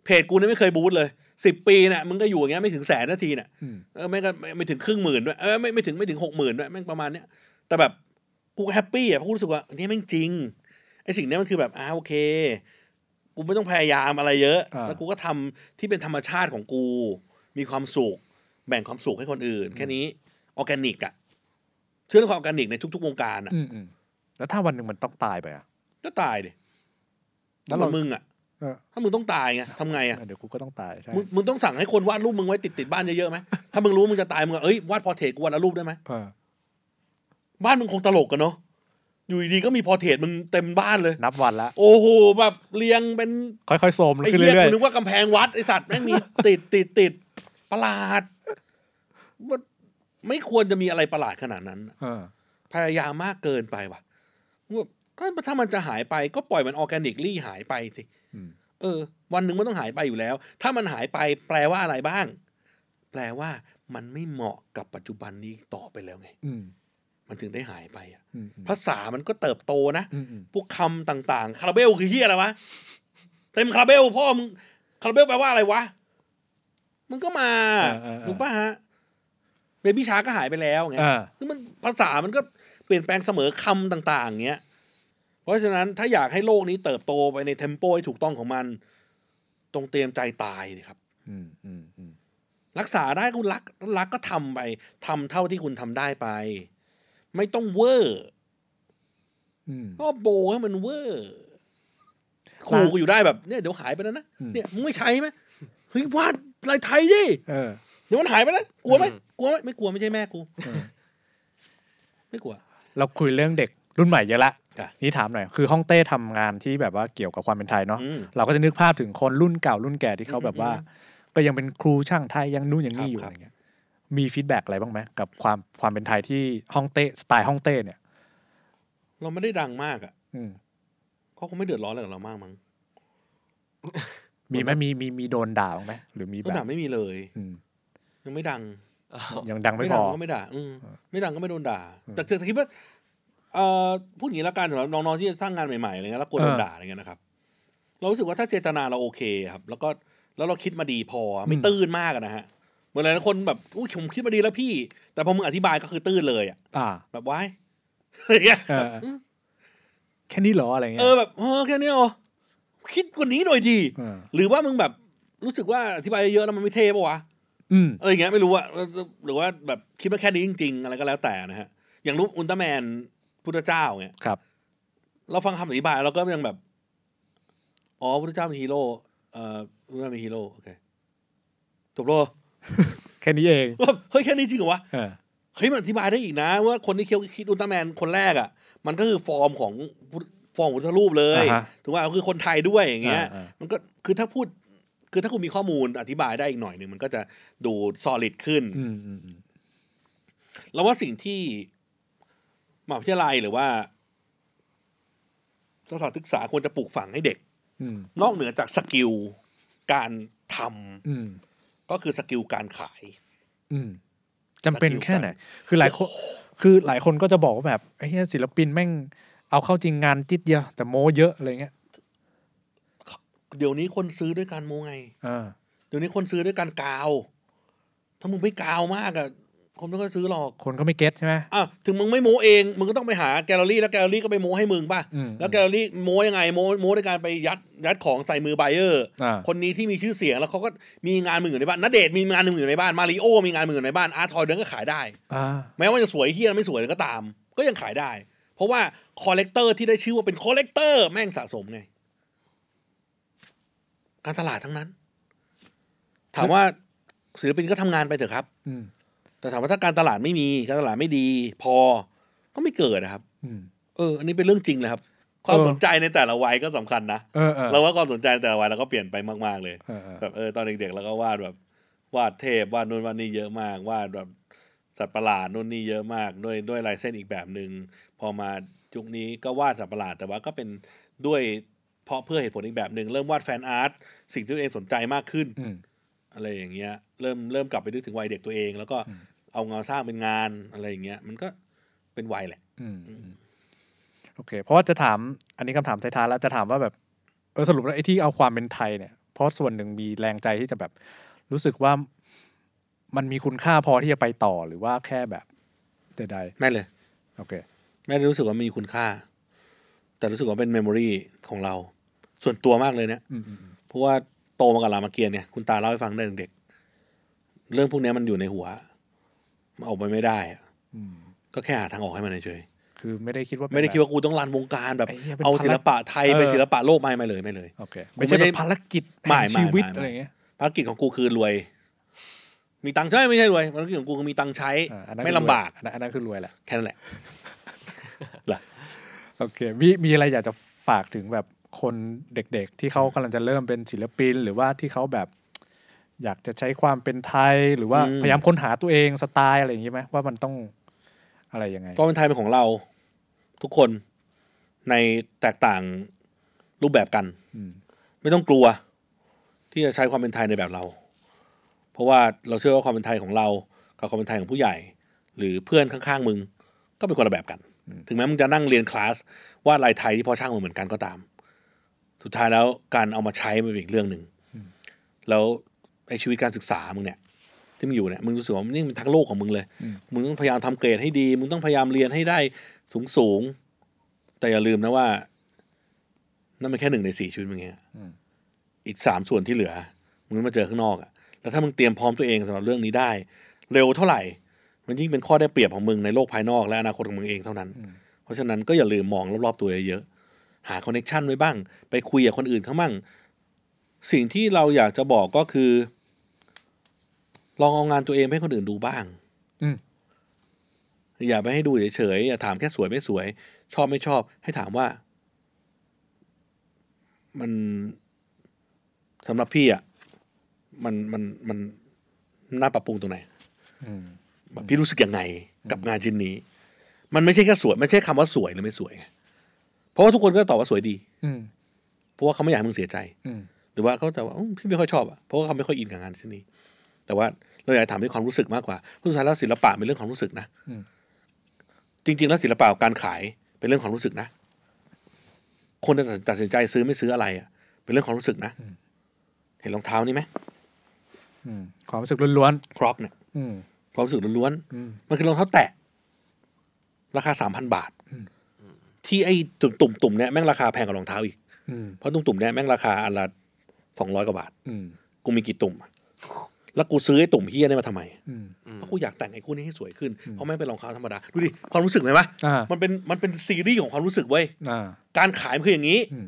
เพจกูเนี่ยไม่เคยบูตเลยสิบปีเนี่ยมึงก็อยู่อย่างเงี้ยไม่ถึงแสนนาทีเนี่ย
อืม
เออไม่ก็ไม่ไม่ถึงครึ่งหมื่นด้วยเออไม่ไม่ถึงไม่ถึงหกหมื่นด้วยแม่งประมาณเนี้ยแต่แบบกูก็แฮปปี้อะเพราะกูรู้สึกว่าเนี่ยแม่งจริงไอ้สิ่งเนี้ยมันคือแบบอ่าโอเคกูไม่ต้องพยายามอะไรเยอะ
า
แล้วกูก็ทำที่เป็นธรรมชาติของกู มีความสุขแบ่งความสุขให้คนอื่น แค่นี้ออร์แกนิกอะเชื่อเรื่องความออร์แกนิกในทุก ๆ วงการอะ
อืมอืมแล้วถ้าวันหนึ่งมันต้องตายไปอ่ะ
ก็ตายดิ
แล้วเรา
มันมึงอะ
เออ
ถ้ามึงต้องตายไงทำไงอ่ะ
เดี๋ยวกูก็ต้องตายใช่
มึงมึงต้องสั่งให้คนวาดรูปมึงไว้ติดติดๆบ้านเยอะๆไหมถ้ามึงรู้ว่ามึงจะตายมึงก็เอ้ยวาดพอร์เทรตกูวาดละรูปได้ไหม
เออ
บ้านมึงคงตลกกันเนาะ อยู่ดีๆก็มีพอร์เทรตมึงเต็มบ้านเลย
นับวันละ
โอ้โหแบบเรียงเป็น
ค่อยๆโทรมลง
ไอ้
ขึ้น
เหี้ย
เรื่อย
กูนึกว่ากำแพงวัดไอสัตว์แม่งมี ติดติดติดประหลาดมันไม่ควรจะมีอะไรประหลาดขนาดนั้น
ๆเออ
พยายามมากเกินไปว่ะว่าก็ถ้ามันจะหายไปก็ปล่อยมันออร์แกนิกลี่หายไปสิ
อืม
เออ วันหนึ่งมันต้องหายไปอยู่แล้ว ถ้ามันหายไปแปลว่าอะไรบ้าง แปลว่ามันไม่เหมาะกับปัจจุบันนี้ต่อไปแล้วไง
อืม
มันถึงได้หายไปอะ
อืม
ภาษามันก็เติบโตนะ
อืมอืม
พวกคำต่าง ๆ คาราเบลคือเฮียอะไรวะ เต็มคาราเบลพ่อมึงคาราเบลแปลว่าอะไรวะ มันก็มาถูกป่ะฮะเบบี้ชาก็หายไปแล้วไง
อ่า
คือมันภาษามันก็เปลี่ยนแปลงเสมอคำต่าง ๆ เงี้ย เพราะฉะนั้นถ้าอยากให้โลกนี้เติบโตไปในเทมโปที่ถูกต้องของมัน ตรงเตรียมใจตายดิครับ
อืมอืมอืม
รักษาได้คุณรักรักก็ทำไปทำเท่าที่คุณทำได้ไป ไม่ต้องเวอร์
อืม
ก็โบให้มันเวอร์ขู่กูอยู่ได้แบบเนี่ยเดี๋ยวหายไปแล้วนะ
อืม
เนี่ยมึงไม่ใช้ไหมเฮ้ยวาดลายไทยดิ
เออ
เดี๋ยวมันหายไปนะกลัวไหม
อืม
กลัวไหมไม่กลัวไม่ใช่แม่กู
เออ
ไม่กลัว
เราคุยเรื่องเด็กรุ่นใหม่เยอะละ
จ้ะ
นี่ถามหน่อย คือห้องเต้ทำงานที่แบบว่าเกี่ยวกับความเป็นไทยเนาะ
อืม
เราก็จะนึกภาพถึงคนรุ่นเก่ารุ่นแก่ที่เขาแบบว่า
อืม
ก็ยังเป็นครูช่างไทยยังนู่นอย่างนี้
ครับ
อยู่อะไรเงี้ย มีฟีดแบ็กอะไรบ้างไหมกับความความเป็นไทยที่ห้องเต้สไตล์ห้องเต้เนี่ย
เราไม่ได้ดังมากอ่ะ
อืม
เขาคงไม่เดือดร้อนอะไรกับเรามากมั้ง
มีไหมมีมีมีโดนด่าบ้างไหมหรือมีแบ
ก็ด่า
บ
ไม่มีเลย
อืม
ยังไม่ดัง
ยังดังไม่
ไม่
พ
ดั
อ
ก็ไม่ด่าอืมไม่ดังก็ไม่โดนด่า
อืม
แต่แต่คิดว่าเอ่อพูดอย่างนี้ละกันสำหรับน้องๆที่จะสร้างงานใหม่ๆอะไรเงี้ยแล้วกลัวโดน
เออ
ด่าอะไรเงี้ยนะครับ เรารู้สึกว่าถ้าเจตนาเราโอเคครับ แล้วก็แล้วเราคิดมาดีพอไม่
อืม
ตื้นมากอะนะฮะเหมือนหลายๆคนแบบอุ้ยผมคิดมาดีแล้วพี่ แต่พอมึงอธิบายก็คือตื้นเลยอ่ะ
อ่า
แบบว้าย อะไรเงี้ย
เอ
แบบ
อแค่นี้เหรออะไร
เอ
เงี้ย
อแบบเออแค่เนี้ยเหรอคิดกว่านี้หน่อยดี
เออ
หรือว่ามึงแบบรู้สึกว่าอธิบายเยอะแล้วมันไม่เท่ปะวะ
อืม
อะไรอย่างเงี้ยไม่รู้อะหรือว่าแบบคิดว่าแค่นี้จริง ๆ อะไรก็แล้วแต่นะฮะ อย่างรูปอุลตร้าแมนพุทธเจ้าเนี่ย
ครับ
เราฟังคำอธิบายเราก็ยังแบบ อ๋อพุทธเจ้าเป็นฮีโร่เอ่อพุทธเจ้าเป็นฮีโร่โอเคจบโลว
แค่นี้เอง
เฮ้ยแค่นี้จริงเหรอวะ
เออ
เฮ้ยมันอธิบายได้อีกนะ ว่าคนที่เคียวคิดอุลตร้าแมนคนแรกอะมันก็คือฟอร์มของพุทธฟอร์มของพุทธรูปเลย
อ่าฮะ
ถูกป่ะก็คือคนไทยด้วยอย่างเงี้ย
อ่าๆ
มันก็คือถ้าพูด คือถ้าคุณมีข้อมูลอธิบายได้อีกหน่อยหนึ่งมันก็จะดูซอลิดขึ้น
อืมอืมอืม
เราว่าสิ่งที่มหาวิทยาลัยหรือว่าสถานศึกษาควรจะปลูกฝังให้เด็ก
อืม
นอกเหนือจากสกิลการทำ
อืม
ก็คือสกิลการขาย
อืมจำเป็น
สกิล
แค่ไหน คือหลายคนคือหลายคนก็จะบอกว่าแบบไอ้เหี้ยศิลปินแม่งเอาเข้าจริงงานจิตเดียวแต่โมเยอะอะไรเงี้ย
เดี๋ยวนี้คนซื้อด้วยการโมไง
อ่า
เดี๋ยวนี้คนซื้อด้วยการกาว ถ้ามึงไม่กาวมากอะคนไม่ก็ซื้อหรอก
คนก็ไม่เก็ตใช่ไหม
อ่ะถึงมึงไม่โมเอง มึงก็ต้องไปหาแกลเลอรี่แล้วแกลเลอรี่ก็ไปโมให้มึงป่ะ
อืม
แล้วแกลเลอรี่โมยังไงโมโมด้วยการไปยัดยัดของใส่มือไบเออร์
อ่า
คนนี้ที่มีชื่อเสียงแล้วเขาก็มีงานมึงอยู่ในบ้านนเดชน์มีงานมึงอยู่ในบ้านมาริโอมีงานมึงอยู่ในบ้านอาร์ทอยเดินก็ขายได้
อ่า
แม้ว่าจะสวยเฮียไม่สวยก็ตาม ก็ยังขายได้ เพราะว่าคอลเลกเตอร์ที่ได้ชื่อว่าเป็นคอลเลกเตอร์แม่งสะสมไง การตลาดทั้งนั้น ถามว่าศิลปินก็ทำงานไปเถอะครับ
อืม
แต่ถามว่าถ้าการตลาดไม่มีการตลาดไม่ดี พอก็ไม่เกิดนะครับ
อืม
เออ อันนี้เป็นเรื่องจริงเลยครับ ความ
เออ
สนใจในแต่ละวัยก็สำคัญนะ
เออเออ
เราว่าความสนใจในแต่ละวัยเราก็เปลี่ยนไปมากๆเลย
เออเออ
แบบเออตอนเด็กๆแล้วก็วาดแบบวาดเทพวาดนู่นวาดนี่เยอะมาก วาดแบบสัตว์ประหลาดนู่นนี่เยอะมาก ด้วยด้วยลายเส้นอีกแบบหนึ่งพอมายุคนี้ก็วาดสัตว์ประหลาด แต่ว่าก็เป็นด้วยเพราะเพื่อเหตุผลอีกแบบหนึ่งเริ่มวาดแฟนอาร์ตสิ่งที่ตัวเองสนใจมากขึ้น
อืม
อะไรอย่างเงี้ยเริ่มเริ่มกลับไปนึกถึงวัยเด็กตัวเอง แล้วก็
อืม
เอางานสร้างเป็นงานอะไรอย่างเงี้ยมันก็เป็นวัยแหละ
อืมอืมโอเค เพราะว่าจะถาม อันนี้คำถามท้ายๆแล้วจะถามว่าแบบเออสรุปแล้วไอ้ที่เอาความเป็นไทยเนี่ย เพราะส่วนหนึ่งมีแรงใจที่จะแบบ รู้สึกว่ามันมีคุณค่าพอที่จะไปต่อหรือว่าแค่แบบใด
แม่เลย
ๆโอเค
ไม่ได้รู้สึกว่ามีคุณค่า แต่รู้สึกว่าเป็นเมมโมรีของเรา ส่วนตัวมากเลยเนี่ย
อืมอืมอืม
เพราะว่าโตมากับรามเกียรติเนี่ยคุณตาเล่าให้ฟังตั้งแต่เด็ก เรื่องพวกเนี้ยมันอยู่ในหัว มันออกไปไม่ได้อะ
อืม
ก็แค่หาทางออกให้มันเฉย
คือไม่ได้คิดว่า
ๆ
เป็น
ไม่ได้
แบบ
คิดว่ากูต้องรันวงการแบบ
ไอ้เหี้ยเป็น
เอาศิลปะไทย
เออ
ไปศิลปะโลกไม่ไม่เลยไม่เลย
โอเค
กู
ไม่ใช่
ไม่
แบ
ได้
บภารกิจ
ไม่
แห่ง
ไม่
ชีวิต
ไม่
อะไรอย่างเงี้ย
ภารกิจของกูคือรวย มีตังค์ใช่ไม่ใช่รวยภารกิจของกูคือมีตังค์ใช้
อ่าอันนั้น
ไม่
คือ
ลำบาก
รวยอันนั้นอันนั้นคือรวยแหละ
แค่นั้นแหละ
โอเคมีมีอะไรอยากจะฝากถึงแบบคนเด็กๆ ที่เขากำลังจะเริ่มเป็นศิลปิน หรือว่าที่เขาแบบ อยากจะใช้ความเป็นไทยหรือว่า
อืม
พยายามค้นหาตัวเองสไตล์อะไรอย่างนี้ไหมว่ามันต้องอะไรยังไง
ก็เป็นไทยเป็นของเรา ทุกคนในแตกต่างรูปแบบกัน
อืม
ไม่ต้องกลัว ที่จะใช้ความเป็นไทยในแบบเรา เพราะว่าเราเชื่อว่าความเป็นไทยของเรา กับความเป็นไทยของผู้ใหญ่ หรือเพื่อนข้างๆมึง ก็เป็นคนละแบบกัน ถึงแม้มึงจะนั่งเรียนคลาสวาดลายไทยที่พ่อช่างมึงเหมือนกันก็ตาม สุดท้ายแล้วการเอามาใช้มันเป็นอีกเรื่องหนึ่งแล้วไอชีวิตการศึกษามึงเนี่ย ที่มึงอยู่เนี่ยมึงรู้สึกว่านี่มันทั้งโลกของมึงเลย มึงต้องพยายามทำเกรดให้ดี มึงต้องพยายามเรียนให้ได้สูงสูงๆแต่อย่าลืมนะว่า นั่นมันแค่หนึ่งในสี่ชีวิตมึงเองอะ
อืม
อีกสามส่วนที่เหลือ มึงต้องมาเจอข้างนอกอะแล้วถ้ามึงเตรียมพร้อมตัวเองสำหรับเรื่องนี้ได้ เร็วเท่าไหร่ มันยิ่งเป็นข้อได้เปรียบของมึงในโลกภายนอกและอนาคตของมึงเองเท่านั้น เพราะฉะนั้นก็อย่าลืมมองรอบๆตัวเยอะๆหาคอนเน็ชันไว้บ้าง ไปคุยกับคนอื่นเขาบ้างสิ่งที่เราอยากจะบอกก็คือ ลองเอางานตัวเองให้คนอื่นดูบ้าง
อืม
อย่าไปให้ดูเฉยๆ อย่าถามแค่สวยไม่สวย ชอบไม่ชอบ ให้ถามว่า มันสำหรับพี่อ่ะ มันมันมันน่าปรับปรุงตรงไหน
อืม
แบบพี่รู้สึกยังไงกับงานชิ้นนี้ มันไม่ใช่แค่สวย ไม่ใช่คำว่าสวยหรือไม่สวยไงเพราะว่าทุกคนก็ตอบว่าสวยดี
อืม
เพราะว่าเขาไม่อยากให้มึงเสียใจ
อืม
หรือว่าเขาจะว่าอืมพี่ไม่ค่อยชอบอ่ะเพราะว่าเขาไม่ค่อยอินกับงานที่นี่แต่ว่าเราอยากถามด้วยความรู้สึกมากกว่าเพราะสุดท้ายแล้วศิลปะเป็นเรื่องของรู้สึกนะ
อืม
จริง ๆ แล้วศิลปะกับการขายเป็นเรื่องของรู้สึกนะ คนจะตัดสินใจซื้อไม่ซื้ออะไรอ่ะ เป็นเรื่องของรู้สึกนะเห็นรองเท้านี่ไหม
อืมความรู้สึกล้วน
ครอปเนี่ย
ๆอืม
ความรู้สึกล้วน
อืม
ๆมันคือรองเท้าแตะ ราคาสามพันบาท ที่ไอ้ตุ่มๆเนี่ยแม่งราคาแพงกว่ารองเท้าอีก
อืม
เพราะตุ่มๆเนี่ยแม่งราคาอันละสองร้อยกว่าบาท
อืม
กูมีกี่ตุ่มอะแล้วกูซื้อไอ้ตุ่มเฮียเนี่ยมาทำไม
อืม
เพราะกูอยากแต่งไอ้คู่นี้ให้สวยขึ้น เพราะแม่งเป็นรองเท้าธรรมดา ดูดิ ความรู้สึกไหมวะ
อ่ามั
มันเป็น มันเป็นซีรีส์ของความรู้สึกเว้ย
อ่า
การขายมันคืออย่างนี้
อืม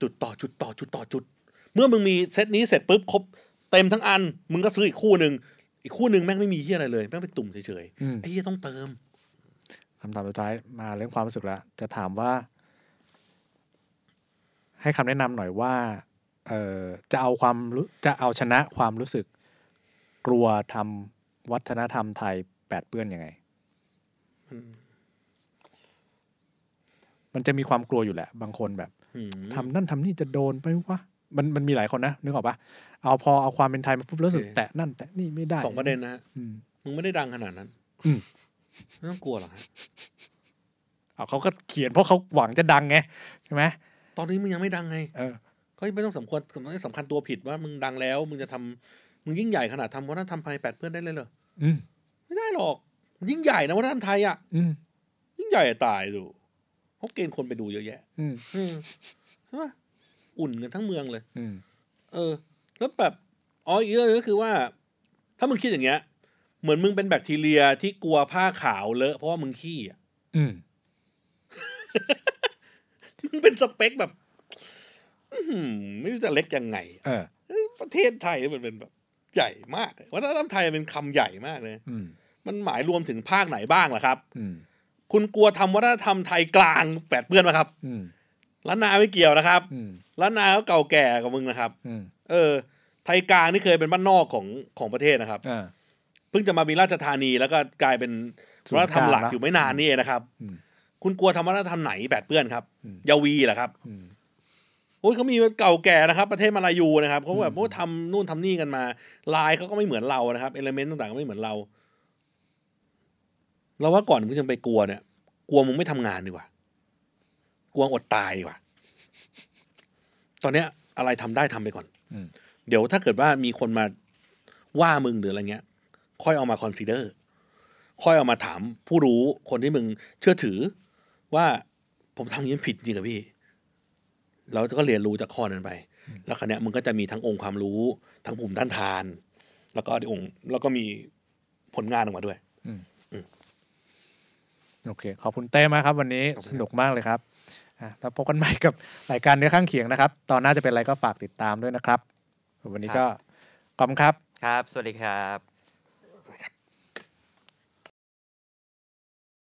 จุดต่อจุดต่อจุดต่อจุด เมื่อมึงมีเซตนี้เสร็จปุ๊บครบเต็มทั้งอัน มึงก็ซื้ออีกคู่หนึ่ง อีกคู่หนึ่งแม่งไม่มีเฮียอะไรเลย แม่งเป็นตุ่มเฉย
อืม
ๆ ไอ้เฮียต้องเติม
คำถามสุดท้ายมาเรื่องความรู้สึกแล้วจะถามว่า ให้คำแนะนำหน่อยว่า เออจะเอาความรู้จะเอาชนะความรู้สึก กลัวทำวัฒนธรรมไทยแปดเปื้อนยังไง มันจะมีความกลัวอยู่แหละ บางคนแบบ
อืม
ทำนั่นทำนี่จะโดนไปวะมันมันมีหลายคนนะนึกออกปะเอาพอเอาความเป็นไทยมาปุ๊บรู้สึก
โอเค
แตะนั่นแตะนี่ไม่ได้
สองประเด็นนะฮะ
อืม
มึงไม่ได้ดังขนาดนั้น
อืม
ไม่ต้องกลัวหรอกฮะ
เอาเขาก็เขียนเพราะเขาหวังจะดังไงใช่ไหม
ตอนนี้มึงยังไม่ดังไง
เออ
ก็ไม่ต้องสำควรไม่สำคัญตัวผิดว่ามึงดังแล้ว มึงจะทำมึงยิ่งใหญ่ขนาดทำวัฒนธรรมไทยแปดเพื่อนได้เลยเหรอ
อืม
ไม่ได้หรอกมันยิ่งใหญ่นะวัฒนธรรมไทยอ่ะ
อืม
ยิ่งใหญ่อะตายดูเพราะเกณฑ์คนไปดูเยอะแยะ
อืม
อืมใช่ปะอุ่นกันทั้งเมืองเลย
อืม
เออ แล้วแบบอ๋ออีกเรื่องหนึงก็คือว่า ถ้ามึงคิดอย่างเงี้ย เหมือนมึงเป็นแบคทีเรียที่กลัวผ้าขาวเลอะเพราะว่ามึงขี้อะ
อืม
มึงเป็นสเปคแบบ อื้อหือไม่รู้จะเล็กยังไง
เออ
ประเทศไทยมันเป็นแบบใหญ่มากวัฒนธรรมไทยมันเป็นคำใหญ่มากเลย
อืม
มันหมายรวมถึงภาคไหนบ้างล่ะครับ
อืม
คุณกลัวทำวัฒนธรรมไทยกลางแปดเปื้อนไหมครับ
อืม
ล้านนาไม่เกี่ยวนะครับ
อืม
ล้านนาก็เก่าแก่กว่ามึงนะครับ
อืม
เออ ไทยกลางนี่เคยเป็นบ้านนอกของของประเทศนะครับ
อ่า
เพิ่งจะมามีราชธานีแล้วก็กลายเป็น
ศูนย์
วัฒนธรรมหลัก
กลางละ
อยู่ไม่นานนี่เองนะครับ
อืม
คุณกลัวทำวัฒนธรรมไหนแปดเปื้อนครับ
อืม
ยาวีเหรอครับ
อืม
โอ้ยเขามีเก่าแก่นะครับ ประเทศมาลายูนะครับเขาแบบโอ้ทำนู่นทำนี่กันมา ลายเขาก็ไม่เหมือนเรานะครับเอลเมนต์ต่างๆก็ไม่เหมือนเรา เราว่าก่อนมึงจะไปกลัวเนี่ย กลัวมึงไม่ทำงานดีกว่า กลัวอดตายดีกว่า ตอนเนี้ย อะไรทำได้ทำไปก่อน
อืม
เดี๋ยวถ้าเกิดว่ามีคนมาว่ามึงหรืออะไรเงี้ย ค่อยเอามาคอนซีเดอร์ ค่อยเอามาถามผู้รู้คนที่มึงเชื่อถือ ว่าผมทำอย่างนี้ผิดจริงเหรอพี่ เราก็เรียนรู้จากข้อนั้นไป แล้วครั้นี้ยมึงก็จะมีทั้งองค์ความรู้ ทั้งภูมิต้านทาน แล้วก็องค์แล้วก็มีผลงานออกมาด้วย
โอเค ขอบคุณเต้มากครับ วันนี้สนุกมากเลยครับอ่ะแล้วพบกันใหม่กับรายการเนื้อข้างเคียงนะครับ ตอนหน้าจะเป็นอะไรก็ฝากติดตามด้วยนะครับ วันนี้ก็ขอบคุณครับ
ครับ สวัสดีครับ